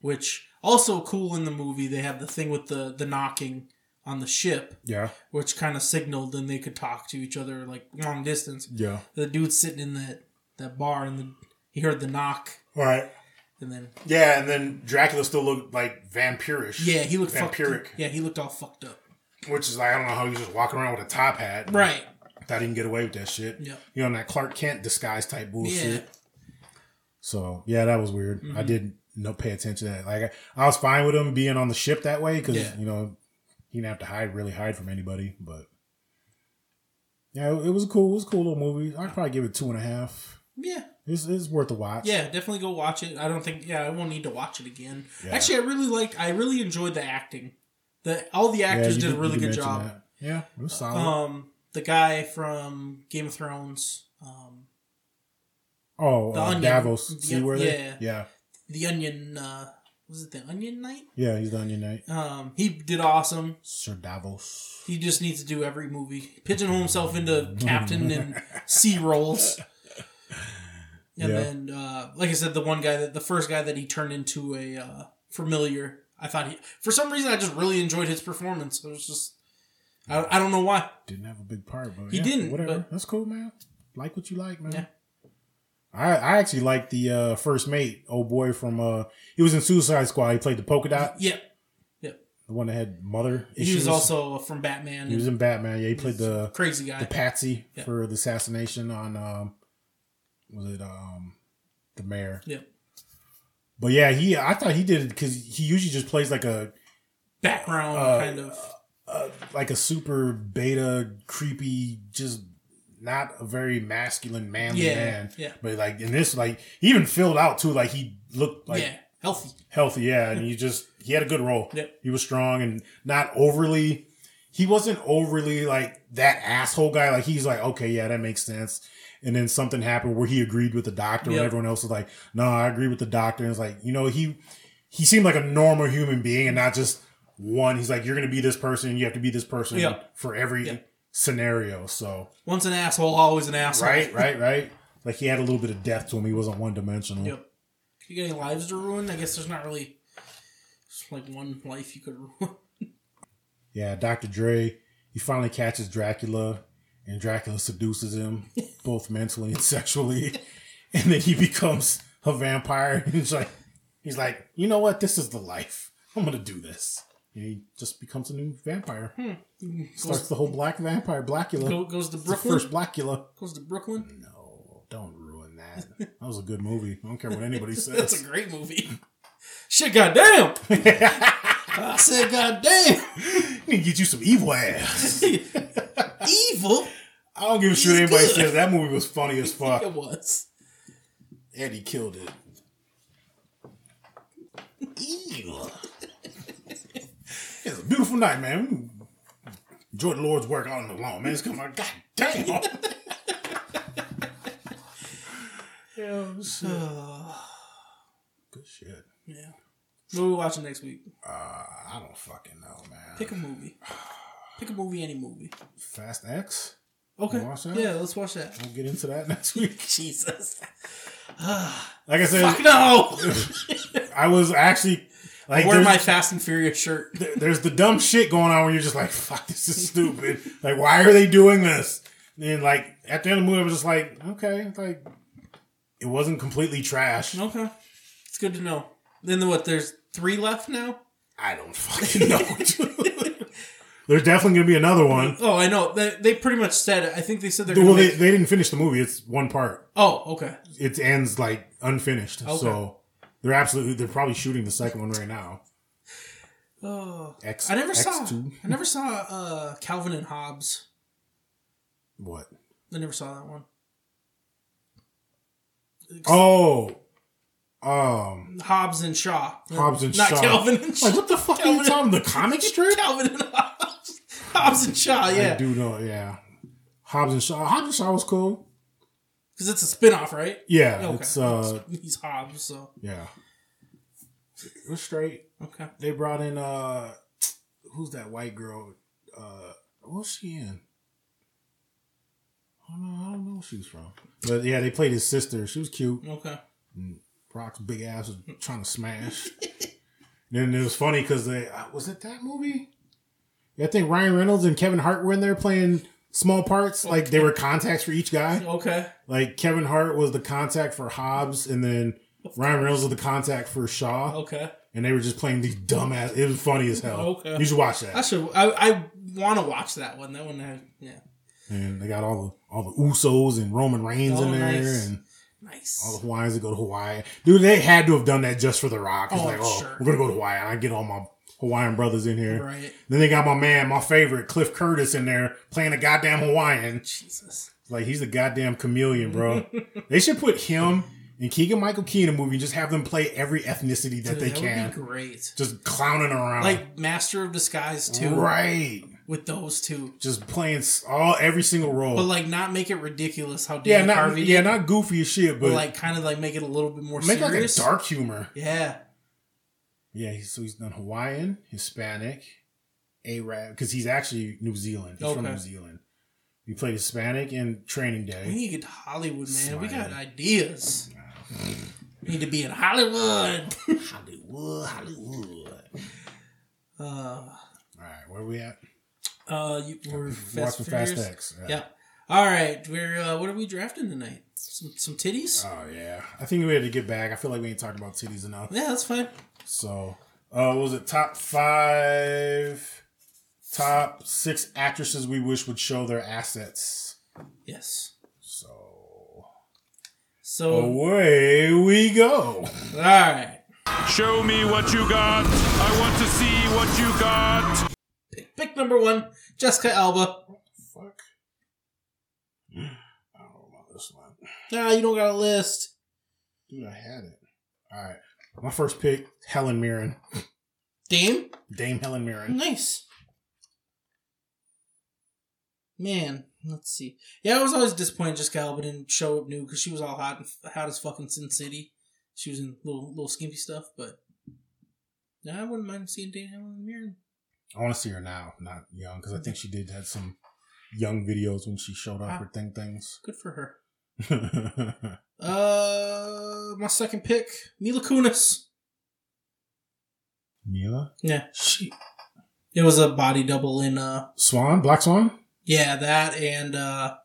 which also cool in the movie, they have the thing with the, the knocking on the ship,
yeah,
which kind of signaled then they could talk to each other like long distance.
yeah.
The dude sitting in that, that bar and the, he heard the knock
All right.
and then
Yeah, and then Dracula still looked like vampirish.
yeah he looked
vampiric,
Fucked, yeah he looked all fucked up.
which is like I don't know how he was just walking around with a top hat.
Right.
thought he can get away with that shit.
Yep.
you know, and that Clark Kent disguise type
Yeah. Mm-hmm.
bullshit. So yeah, that was weird. I didn't no pay attention to that. Like I, I was fine with him being on the ship that way because
Yeah.
you know he didn't have to hide really hide from anybody. But yeah, it, it was cool. It was a cool little movie. I'd probably give it two and a half.
Yeah.
It's, it's worth a watch.
Yeah, definitely go watch it. I don't think yeah, I won't need to watch it again.
Yeah.
Actually, I really liked I really enjoyed the acting. The all the
Yeah,
actors
you
did a
you
really good
mention
job.
that. Yeah, it was solid.
Um the guy from Game of Thrones, um
oh,
the
uh,
Onion.
Davos,
The-
see where they?
yeah.
Yeah,
the onion uh was it the Onion Knight?
Yeah, he's the Onion Knight.
Um, he did awesome.
Sir Davos.
He just needs to do every movie. Pigeonhole himself into captain and C roles. And
Yeah.
then, uh, like I said, the one guy that the first guy that he turned into a uh, familiar. I thought he, for some reason, I just really enjoyed his performance. It was just, I, I don't know why.
Didn't have a big part, but
He
yeah,
didn't,
Whatever.
but-
That's cool, man. Like what you like, man.
Yeah.
I, I actually like the uh, first mate, old boy from uh he was in Suicide Squad. He played the polka dot,
Yeah,
the one that had mother issues.
he was also from Batman.
he was in Batman. Yeah, he played the
crazy guy.
the patsy
Yeah.
for the assassination on um was it um the mayor.
yeah,
But yeah, he I thought he did because he usually just plays like a
background
Uh,
kind of.
like a super beta creepy just not a very masculine manly
Yeah,
man
yeah.
but like in this like he even filled out too like he looked like
yeah, healthy.
healthy yeah and he just he had a good role
Yep.
he was strong and not overly he wasn't overly like that asshole guy like he's like okay yeah that makes sense and then something happened where he agreed with the doctor
Yep.
and everyone else was like no i agree with the doctor and it's like you know he he seemed like a normal human being and not just one he's like you're gonna be this person you have to be this person
Yeah.
for every
Yeah.
scenario so
Once an asshole, always an asshole.
right right right like he had a little bit of depth to him he wasn't one-dimensional
Yep. You got any lives to ruin? I guess there's not really just like one life you could ruin.
Yeah, Dr. Dre, he finally catches Dracula, and Dracula seduces him, both mentally and sexually. And then he becomes a vampire. And he's like, he's like, you know what? This is the life. I'm gonna do this. And he just becomes a new vampire. Starts the whole black vampire, Blackula.
Hmm. Go, goes to
It's the
Brooklyn.
first Mm, Blackula.
Goes to Brooklyn.
No, don't ruin that. That was a good movie. I don't care what anybody
That's a
says.
great movie. Shit, goddamn! I said, goddamn!
I need to get you some evil ass.
Evil.
I don't give a shit what
He's
anybody
good.
says. That movie was funny as fuck.
It was.
Eddie killed it. Ew. it's a beautiful night, man. Enjoy the Lord's work out on the lawn, man. It's coming out. God damn. yeah, shit. Good shit.
Yeah. Uh, What are we watching next week?
I don't fucking know, man.
Pick a movie. Pick a movie, any movie.
Fast X.
Okay.
You watch that?
Yeah, let's watch that.
We'll get into that next week.
Jesus.
Like I said,
No!
I was actually like
Wear
there's-
my Fast and Furious shirt.
there- there's the dumb shit going on where you're just like, fuck, this is stupid. like, why are they doing this? And then, like, at the end of the movie, I was just like, okay, like, it wasn't completely trash.
Okay. It's good to know. Then what, there's three left now?
I don't fucking know. there's definitely going to be another one.
Oh, I know. They, they pretty much said it. I think they said they're
Well,
going to
they,
make...
they didn't finish the movie. It's one part.
Oh, okay.
It ends, like, unfinished.
Okay.
So, they're absolutely, they're probably shooting the second one right now.
Oh.
X,
I never saw.
X2.
I never saw uh, Calvin and Hobbes.
What?
I never saw that one.
Oh. Um,
Hobbes and Shaw.
Hobbs and
Not
Shaw.
Calvin and Shaw.
like, what the fuck are you
Calvin-
talking? The comic strip?
Calvin and Hobbes. Hobbes and Shaw.
I
Yeah,
do know, yeah. Hobbs and Shaw. Hobbs and Shaw was cool.
because it's a spin-off, right?
Yeah,
Okay.
it's uh,
He's Hobbes, so
yeah. It was straight.
okay.
They brought in uh, who's that white girl? Uh, what's she in? I don't know. I don't know where she was from. But yeah, they played his sister. She was cute.
Okay.
Rock's big ass was trying to smash. then it was funny because they uh, was it that movie? Yeah, I think Ryan Reynolds and Kevin Hart were in there playing small parts. Like they were contacts for each guy.
Okay.
Like Kevin Hart was the contact for Hobbs, and then Ryan Reynolds was the contact for Shaw,
Okay.
and they were just playing these dumbass. It was funny as hell.
Okay.
You should watch
I
that.
should. I, I want to watch that one. That one. I, yeah.
And they got all the all the Usos and Roman Reigns
Oh,
in there,
nice.
and
Nice.
all the Hawaiians that go to Hawaii. Dude, they had to have done that just for The Rock. It's
Oh,
like,
I'm
oh,
sure.
we're gonna go to Hawaii. I get all my Hawaiian brothers in here.
Right.
Then they got my man, my favorite Cliff Curtis in there playing a goddamn Hawaiian.
Jesus.
Like he's the goddamn chameleon, bro. they should put him in Keegan Michael Key in a movie and just have them play every ethnicity that
Dude,
they
that
can.
would be great.
Just clowning around.
Like Master of Disguise too.
right.
With those two.
Just playing s- all every single role.
But like not make it ridiculous how
yeah,
Dan
not
Harvey
yeah,
did,
not goofy as shit,
but
but
like kind of like make it a little bit more
make like a
serious.
dark humor.
Yeah.
Yeah, he's, so he's done Hawaiian, Hispanic, Arab, because he's actually New Zealand. He's from
Okay.
New Zealand. He played Hispanic in Training
We
Day.
need to get to Hollywood, man. We got
Smile.
ideas. We need to be in Hollywood.
Hollywood, Hollywood.
Uh,
All right, where are we at?
uh, you, we're fast
Watching Fast
Furious?
X.
Yeah.
right.
All right. We're uh, what are we drafting tonight? Some, some titties.
Oh yeah, I think we had to get back. I feel like we ain't talking about titties enough.
yeah, that's fine.
So, uh, what was it top five, top six actresses we wish would show their assets?
Yes.
So
So all
away we go.
right.
Show me what you got. I want to see what you got.
Pick, pick number one, Jessica Alba.
Fuck. I don't know about this one.
Nah, you don't got a list.
Dude, I had it. All right. My first pick, Helen Mirren.
Dame.
Dame Helen Mirren.
Nice. Man, let's see. Yeah, I was always disappointed Jessica Alba didn't show up new because she was all hot and hot as fucking Sin City. She was in little little skimpy stuff, but nah, I wouldn't mind seeing Dana Helen Mirren.
I want to see her now, not young, because I think she did had some young videos when she showed off her thing things.
Good for her.
All
Uh, my second pick, Mila Kunis.
Mila?
Yeah, she. It was a body double in uh,
Swan? Black Swan?
yeah, that and uh,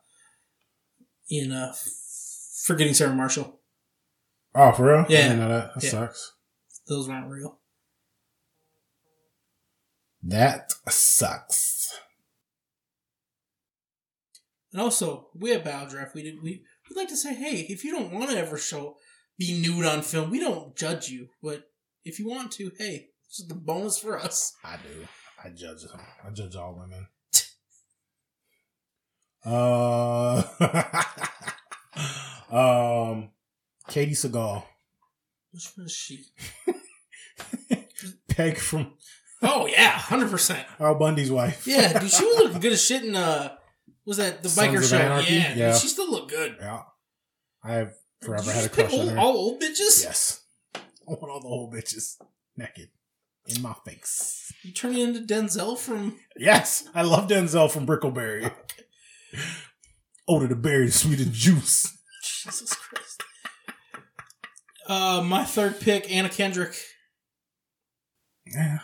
in uh, forgetting Sarah Marshall.
Oh, for real? I
Yeah.
didn't know that. That
Yeah.
sucks.
Those weren't real.
That sucks.
And also, we at Battle Draft, we did we we like to say, hey, if you don't want to ever show be nude on film, we don't judge you. But if you want to, hey, this is the bonus for us.
I do. I judge them. I judge all women. uh, um, Katie Seagal.
Which one is she?
Peg from
Oh yeah, hundred percent.
Al Bundy's wife.
Yeah, dude, she was looking good as shit in uh, was that the
Sons
biker
of
show?
Anarchy?
Yeah, dude,
Yeah.
she still looked good.
Yeah. I have
Did
forever
you
had a
just pick
crush on
old-
her.
All old bitches.
yes. I want all the whole bitches naked in my face.
You turn into Denzel from
Yes, I love Denzel from Brickleberry. Oh, to the berry, sweet and juice.
Jesus Christ. Uh, my third pick, Anna Kendrick.
Yeah.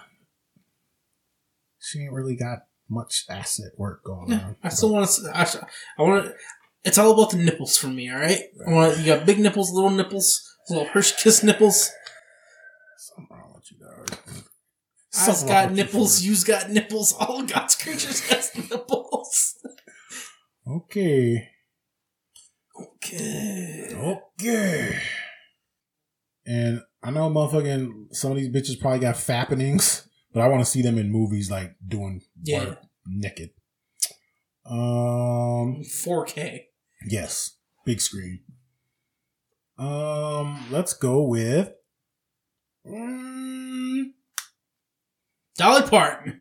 She ain't really got much asset work going on.
I still want to. I, I want to. It's all about the nipples for me. All right. I want you got big nipples, little nipples, little Hershey Kiss nipples.
Something wrong with you, dog.
I's
Something wrong
got
with you,
nipples.
Ford.
You's got nipples. All God's creatures has nipples.
Okay.
Okay.
Okay. And I know motherfucking some of these bitches probably got fappenings, but I want to see them in movies like doing
Yeah.
work naked. Um
4K.
yes. Big screen. Um let's go with Mm,
Dolly Parton.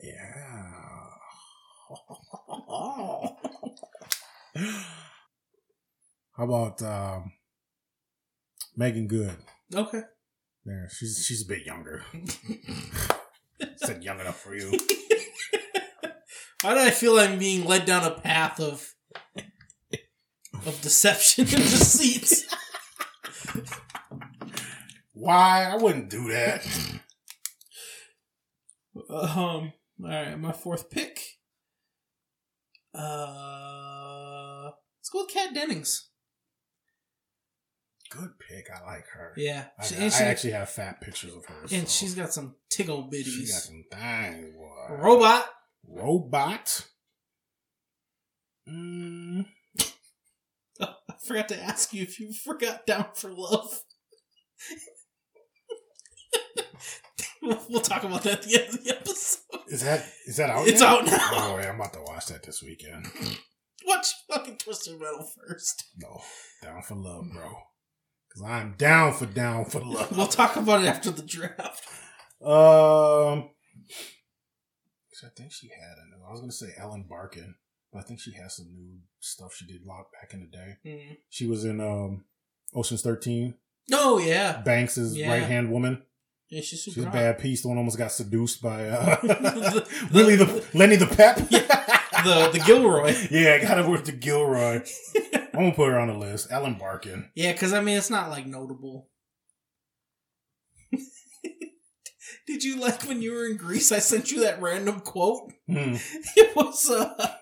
Yeah. How about um Megan Good?
Okay.
Yeah, she's she's a bit younger. Said young enough for you.
Why do I feel I'm being led down a path of of deception and deceit?
Why? I wouldn't do that.
Um. All right, my fourth pick. Uh, let's go with Kat Dennings.
Good pick. I like her.
Yeah,
I,
she-
I
and, she,
actually have fat pictures of her. so
and she's got some tickle
she got
bitties.
some things. boy.
Robot.
Robot. Mm,
I forgot to ask you if you forgot Down for Love. we'll, we'll talk about that at the end of the episode.
is that is that out?
It's
now?
out now.
Oh, yeah, I'm about to watch that this weekend.
Watch fucking Twisted Metal first.
No, down for love, bro. Cause I'm down for down for love.
We'll talk about it after the draft.
Um, 'cause I think she had a new. I was gonna say Ellen Barkin, but I think she has some new stuff she did a lot back in the day.
Mm.
She was in um Ocean's Thirteen.
Oh yeah,
Banks'
Yeah.
right hand woman.
Yeah, she's super
She's a
hot.
bad piece. The one almost got seduced by uh, Willie the Lenny the Pep.
The the Gilroy.
yeah, I gotta work to Gilroy. I'm gonna put her on the list. Ellen Barkin.
Yeah, because I mean it's not like notable. Did you like when you were in Greece? I sent you that random quote.
Hmm.
It was uh.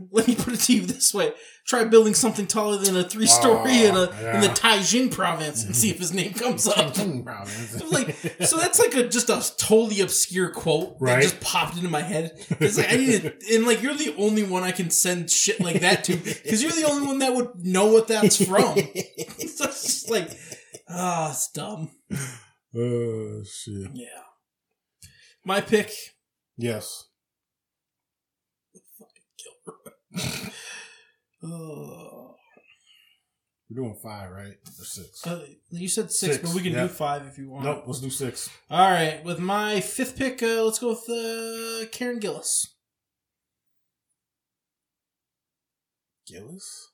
Let me put it to you this way: Try building something taller than a three-story
Oh,
in a in the
yeah.
Taijin province and see if his name comes up. I'm like, so that's like a just a totally obscure quote that
Right.
just popped into my head. It's like I need to, and like you're the only one I can send shit like that to because you're the only one that would know what that's from. so it's just like, ah, it's dumb.
oh shit.
Yeah. My pick,
Yes.
uh,
We're doing five, right? Or six?
uh, you said six,
Six,
but we can
yeah.
do five if you want.
no, let's do six.
All right, with my fifth pick, uh, let's go with uh, Karen Gillis.
Gillis.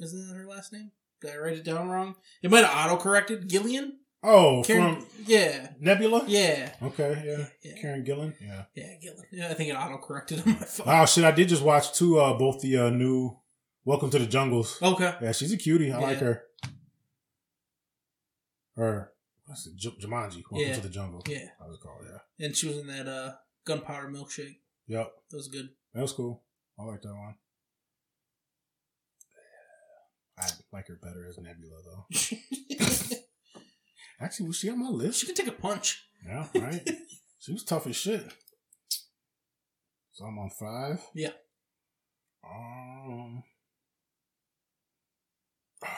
Isn't that her last name? Did I write it down wrong? It might have auto-corrected. Gillian?
Oh,
Karen,
from
yeah,
Nebula.
yeah,
Okay. Yeah.
Yeah.
Karen Gillan. Yeah.
yeah, Gillian. Yeah, I think it auto corrected on my phone.
Oh shit! I did just watch two. Uh, both the uh, new Welcome to the Jungles.
Okay,
Yeah, she's a cutie. I like
Yeah.
her. Or what's it? J- Jumanji. Welcome
Yeah.
to the Jungle.
Yeah.
I was called. Yeah.
and she was in that uh, Gunpowder Milkshake.
Yep.
That was good.
That was cool. I like that one. I like her better as Nebula though.
she
Actually, was she on my list?
can take a punch.
Yeah, right. she was tough as shit. So I'm on five.
Yeah.
Um. oh,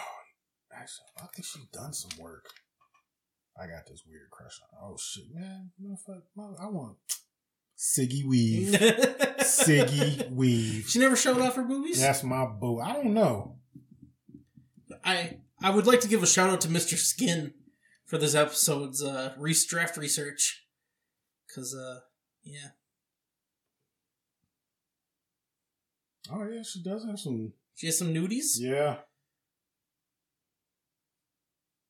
actually, I think she's done some work. I got this weird crush on. Oh shit, man, motherfucker, mother- I want Siggy Weave. Siggy Weave.
She never showed off her boobies.
That's my boo. I don't know.
I I would like to give a shout out to Mr. Skin for this episode's uh, re- draft research, because uh, yeah,
Oh yeah, she does have some.
she has some nudies.
Yeah,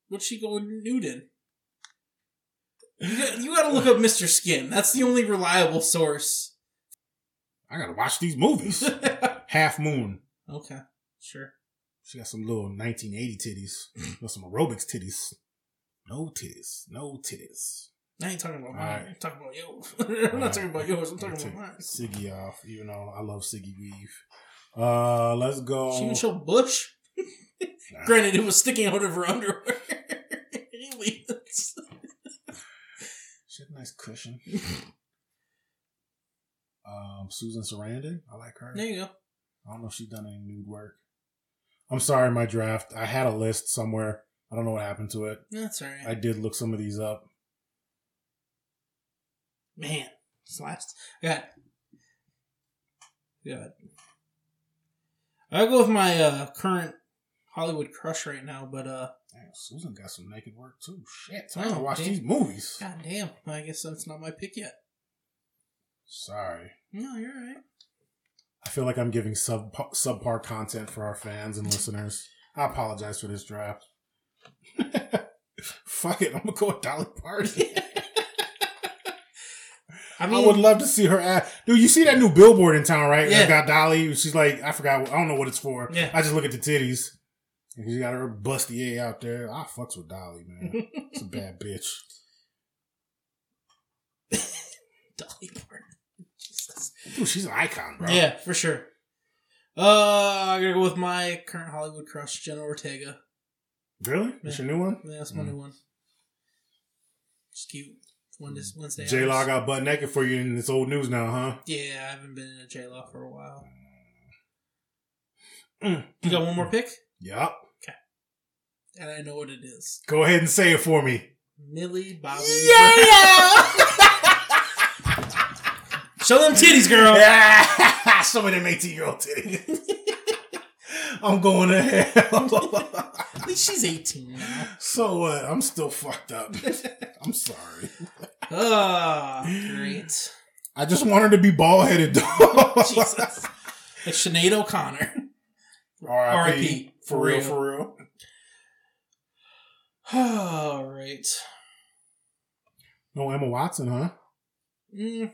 What's she going nude in? You got, you got to look up Mr. Skin. That's the only reliable source.
I gotta watch these movies. Half Moon.
okay, sure.
She got some little 1980
Mm.
titties. Got some aerobics titties. No titties. No titties.
I ain't talking about mine.
Alright.
I'm talking about yours. I'm not talking about yours. I'm talking about
Take
mine. She
Siggy off, even though I love Siggy Weave. Uh, let's go.
can show Bush. Granted, it was sticking out of her underwear. Aliens.
She had a nice cushion. um, Susan Sarandon. I like her.
there you go.
I don't know if she's done any nude work. I'm sorry, my draft. I had a list somewhere. I don't know what happened to it.
That's
I
alright.
did look some of these up.
Man, it's last. God. God. I'll go with my uh, current Hollywood crush right now, but uh,
Damn, Susan got some naked work too. Shit,
Oh,
I gotta watch
damn.
these movies.
god damn, I guess that's not my pick yet.
Sorry.
No, you're alright.
I feel like I'm giving sub subpar content for our fans and listeners. I apologize for this draft. Fuck it, I'm gonna go with Dolly Parton.
I
I,
mean,
would love to see her ass. Dude, you see that new billboard in town, right?
Yeah.
Yeah. Got Dolly. She's like, I forgot. I don't know what it's for.
Yeah.
I just look at the titties. And She got her busty A out there. I fucks with Dolly, man. it's a bad bitch.
Dolly Parton. Jesus.
Dude, she's an icon, bro.
Yeah, for sure. Uh, I'm gonna go with my current Hollywood crush, Jenna Ortega.
Really? That's your new one?
Yeah, that's my
Mm.
new one. She's cute. When this Wednesday.
J Law
hours.
Mm. got butt naked for you in this old news now, huh?
Yeah, I haven't been in a J Law for a while.
Mm.
You got one more pick,
Yup.
and I know what it is.
Go ahead and say it for me.
Millie Bobby. Show them titties, girl.
Yeah. Some of them 18 year old titties. I'm going to hell.
At least she's 18 now.
so what? I'm still fucked up. I'm sorry.
Oh, great.
I just want her to be bald headed, though.
Jesus. Like Sinead O'Connor.
RIP.
R.I.P.
For real, for real.
All right.
No Emma Watson, huh?
Mm.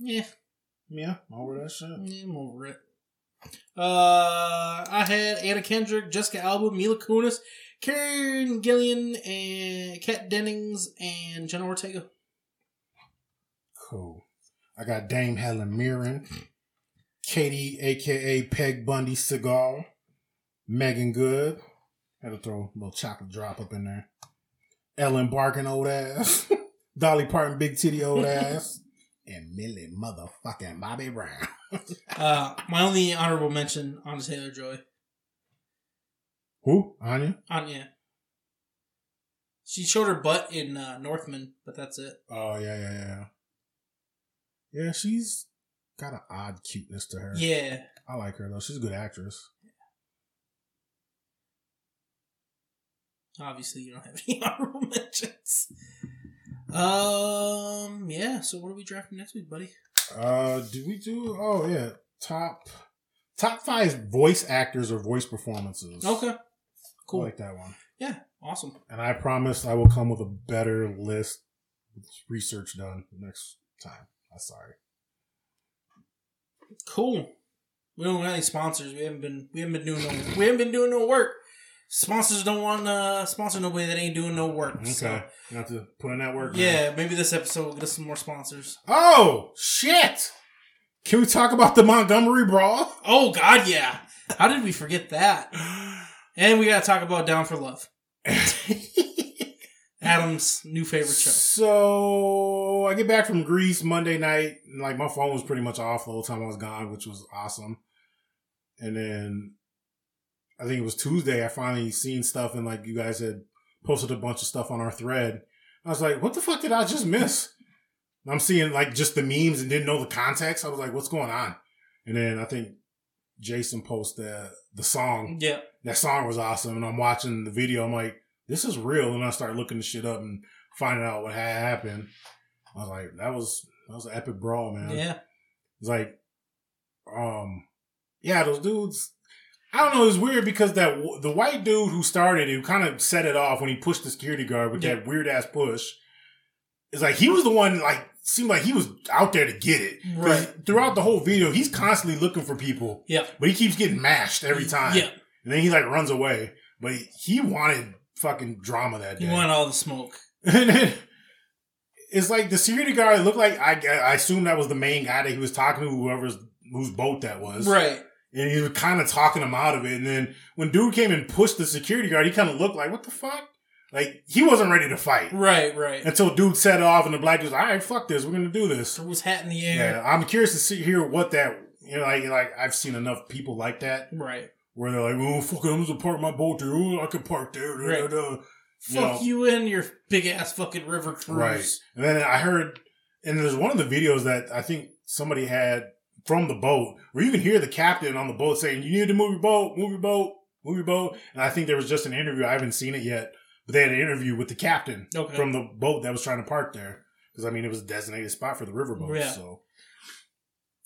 Yeah,
Yeah, over that shit.
yeah, I'm over it. Uh, I had Anna Kendrick, Jessica Alba, Mila Kunis, Karen Gillian, and Kat Dennings, and Jenna Ortega.
Cool. I got Dame Helen Mirren, Katie, aka Peg Bundy Cigar, Megan Good. Had to throw a little chocolate drop up in there. Ellen Barkin, old ass. Dolly Parton, big titty, old ass. And Millie motherfucking Bobby Brown.
Uh, my only honorable mention, Anna Taylor Joy.
Who? Anya?
Anya. She showed her butt in uh, Northman, but that's it.
Oh, yeah, yeah, yeah. Yeah, she's got an odd cuteness to her.
Yeah.
I like her, though. She's a good actress.
Obviously, you don't have any honorable mentions. Um, yeah. So, what are we drafting next week, buddy?
Uh, do we do? Oh yeah, top top five voice actors or voice performances.
Okay.
I
Cool.
like that one.
Yeah. Awesome.
And I promise I will come with a better list, with research done next time. I'm sorry.
Cool. We don't have any sponsors. We haven't been we haven't been doing no we haven't been doing no work. Sponsors don't want to sponsor nobody that ain't doing no work.
Okay,
So,
you have to put in that work. now.
yeah, maybe this episode will get us some more sponsors.
Oh shit! Can we talk about the Montgomery Brawl?
Oh God, yeah. How did we forget that? And we gotta talk about Down for Love, Adam's new favorite show.
So I get back from Greece Monday night, and like my phone was pretty much off the whole time I was gone, which was awesome. And then I think it was Tuesday, I finally seen stuff, and like you guys had posted a bunch of stuff on our thread. I was like, what the fuck did I just miss? And I'm seeing like just the memes and didn't know the context. I was like, what's going on? And then I think Jason posted the song
Yeah,
that song was awesome. And I'm watching the video. I'm like, this is real. And I start looking the shit up and finding out what had happened. I was like, that was that was an epic brawl, man.
yeah.
It's like, um, yeah, those dudes. I don't know. It's weird because that w- the white dude who started it, who kind of set it off when he pushed the security guard with
Yeah.
that weird ass push. It's like he was the one. Like seemed like he was out there to get it. 'Cause
Right.
throughout the whole video, he's constantly looking for people,
Yeah.
but he keeps getting mashed every time.
Yeah,
And then he like runs away. But he wanted fucking drama that day.
you want all the smoke.
and then it's like the security guard looked like I, I assume that was the main guy that he was talking to, whoever's whose boat that was.
Right.
And he was kind of talking him out of it. And then when dude came and pushed the security guard, he kind of looked like, what the fuck? Like he wasn't ready to fight.
Right, right.
Until dude set it off and the black dude's like, all right, fuck this. We're going to do this.
Threw his hat in the
Yeah.
air.
I'm curious to see here what that, you know, like, like I've seen enough people like that
Right.
where they're like, "Oh, fuck, it, I'm gonna park my boat there. Oh, I can park there." da, da,
Right.
da."
Fuck
know.
you and your big ass fucking river cruise.
Right. And then I heard, and there's one of the videos that I think somebody had from the boat where you can hear the captain on the boat saying, "You need to move your boat, move your boat, move your boat." And I think there was just an interview. I haven't seen it yet, but they had an interview with the captain
Okay.
from the boat that was trying to park there because I mean it was a designated spot for the riverboat.
Yeah.
So,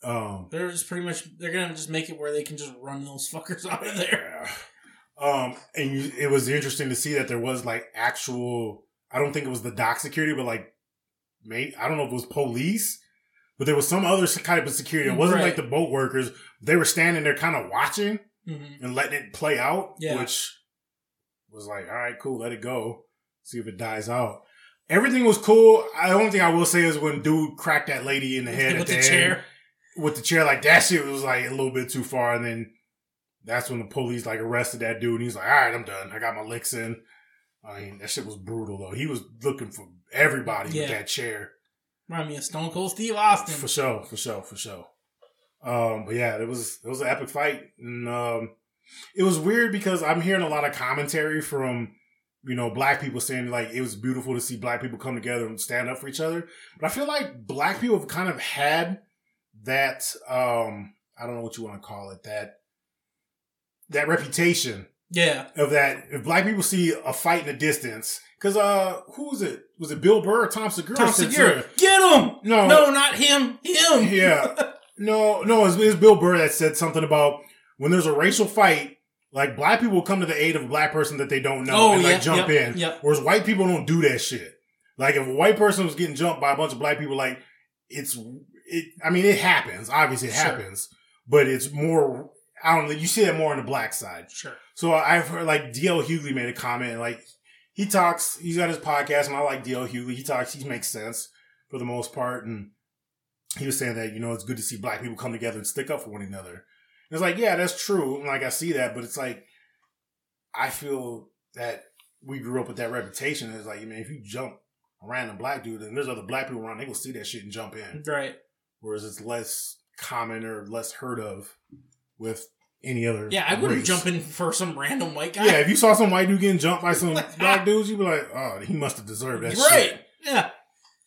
um,
They're just pretty much they're gonna just make it where they can just run those fuckers out of there.
Yeah. Um, and you, it was interesting to see that there was like actual. I don't think it was the dock security, but like, mate, I don't know if it was police, but there was some other type of security. It wasn't like
Mm, Right.
the boat workers. They were standing there, kind of watching
hmm
and letting it play out,
Yeah.
which was like, all right, cool, let it go, see if it dies out. Everything was cool. I only thing I will say is when dude cracked that lady in the head
With
at
the
the end,
chair.
with the chair, like that shit was like a little bit too far. And then that's when the police like arrested that dude, and he's like, "All right, I'm done. I got my licks in." I mean, that shit was brutal though. He was looking for everybody
Yeah.
with that chair
Remind me of Stone Cold Steve Austin.
for sure, for sure, for sure. Um, but yeah, it was it was an epic fight, and um, it was weird because I'm hearing a lot of commentary from you know black people saying like it was beautiful to see black people come together and stand up for each other. But I feel like black people have kind of had that um, I don't know what you want to call it that that reputation
Yeah.
of that if black people see a fight in the distance because uh who was it was it Bill Burr or Tom Segura
Tom
said
Segura.
something?
Get him!
no
No, not him. Him.
yeah. No, no, it's, it's Bill Burr that said something about when there's a racial fight, Like black people come to the aid of a black person that they don't know
Oh,
and
yeah,
like jump
yep,
in.
yep.
Whereas white people don't do that shit. Like if a white person was getting jumped by a bunch of black people, like it's it. I mean, it happens. Obviously, it
Sure.
happens, but it's more. I don't know. You see that more on the black side.
Sure.
So I've heard like DL Hughley made a comment like he talks. He's got his podcast, and I like DL Hughley. He talks. He makes sense for the most part, and he was saying that you know it's good to see black people come together and stick up for one another. And it's like yeah, that's true. And like I see that, but it's like I feel that we grew up with that reputation. It's like man, if you jump a random black dude, and there's other black people around, they will see that shit and jump in.
Right.
Whereas it's less common or less heard of with any other.
Yeah, I wouldn't
race.
jump in for some random white guy.
Yeah, if you saw some white dude getting jumped by some black dudes, you'd be like, "Oh, he must have deserved that."
right.
Shit.
Yeah.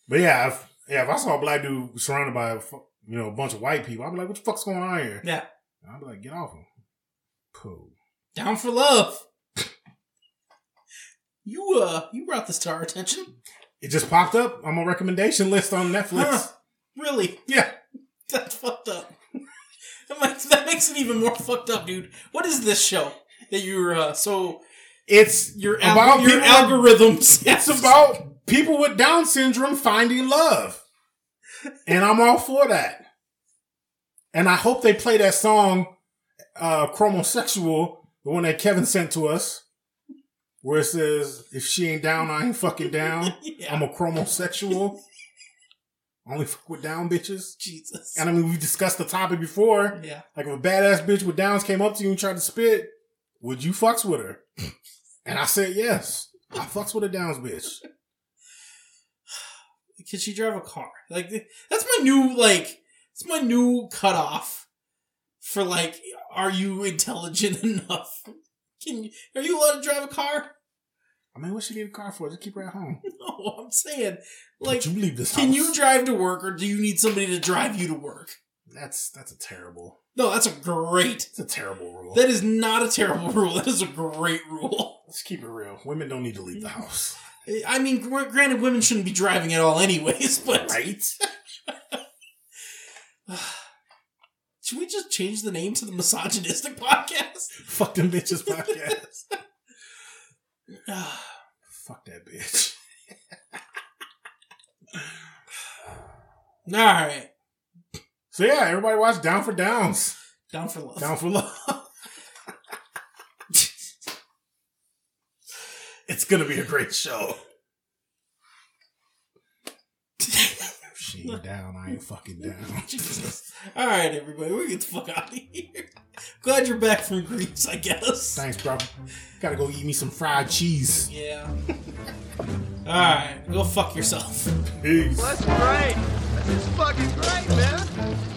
But yeah, if, yeah, if I saw a black dude surrounded by a, fu- you know a bunch of white people, I'd be like, "What the fuck's going on here?"
Yeah.
And I'd be like, "Get off him." Pooh.
Down for love. You uh, you brought this to our attention.
It just popped up on my recommendation list on Netflix.
Huh. Really?
Yeah,
That's fucked up. that, makes, that makes it even more fucked up, dude. What is this show that you're uh, so
it's
your al-
about
your
people-
algorithms?
It's about people with Down syndrome finding love, and I'm all for that. And I hope they play that song, uh, "Chromosexual," the one that Kevin sent to us, where it says, "If she ain't down, I ain't fucking down.
Yeah.
I'm a chromosexual. Only fuck with down bitches."
Jesus.
And I mean, we discussed the topic before.
yeah.
Like if a badass bitch with downs came up to you and tried to spit, would you fucks with her? And I said yes. I fucks with a downs bitch.
Can she drive a car? Like th- that's my new like that's my new cutoff for like are you intelligent enough? Can you, are you allowed to drive a car?
I mean, what she need a car for? Just keep her at home.
No, I'm saying
Like,
like
you leave this
can
house.
you drive to work or do you need somebody to drive you to work?
That's that's a terrible.
No, that's a great.
It's a terrible rule.
That is not a terrible rule. That is a great rule.
Let's keep it real. Women don't need to leave the house,
I mean, gr- granted, women shouldn't be driving at all, anyways. But
right?
should we just change the name to the misogynistic podcast?
Fuck them bitches podcast.
Ah,
Fuck that bitch.
all right,
So yeah, everybody watch Down for Downs.
down for love.
Down for love. it's gonna be a great show. If She ain't down, I ain't fucking down.
Jesus. All right, everybody, we get the fuck out of here. Glad you're back from Greece, I guess.
Thanks, bro. Gotta go eat me some fried cheese.
Yeah. All right, go fuck yourself.
Peace.
That's great. This is fucking great, man.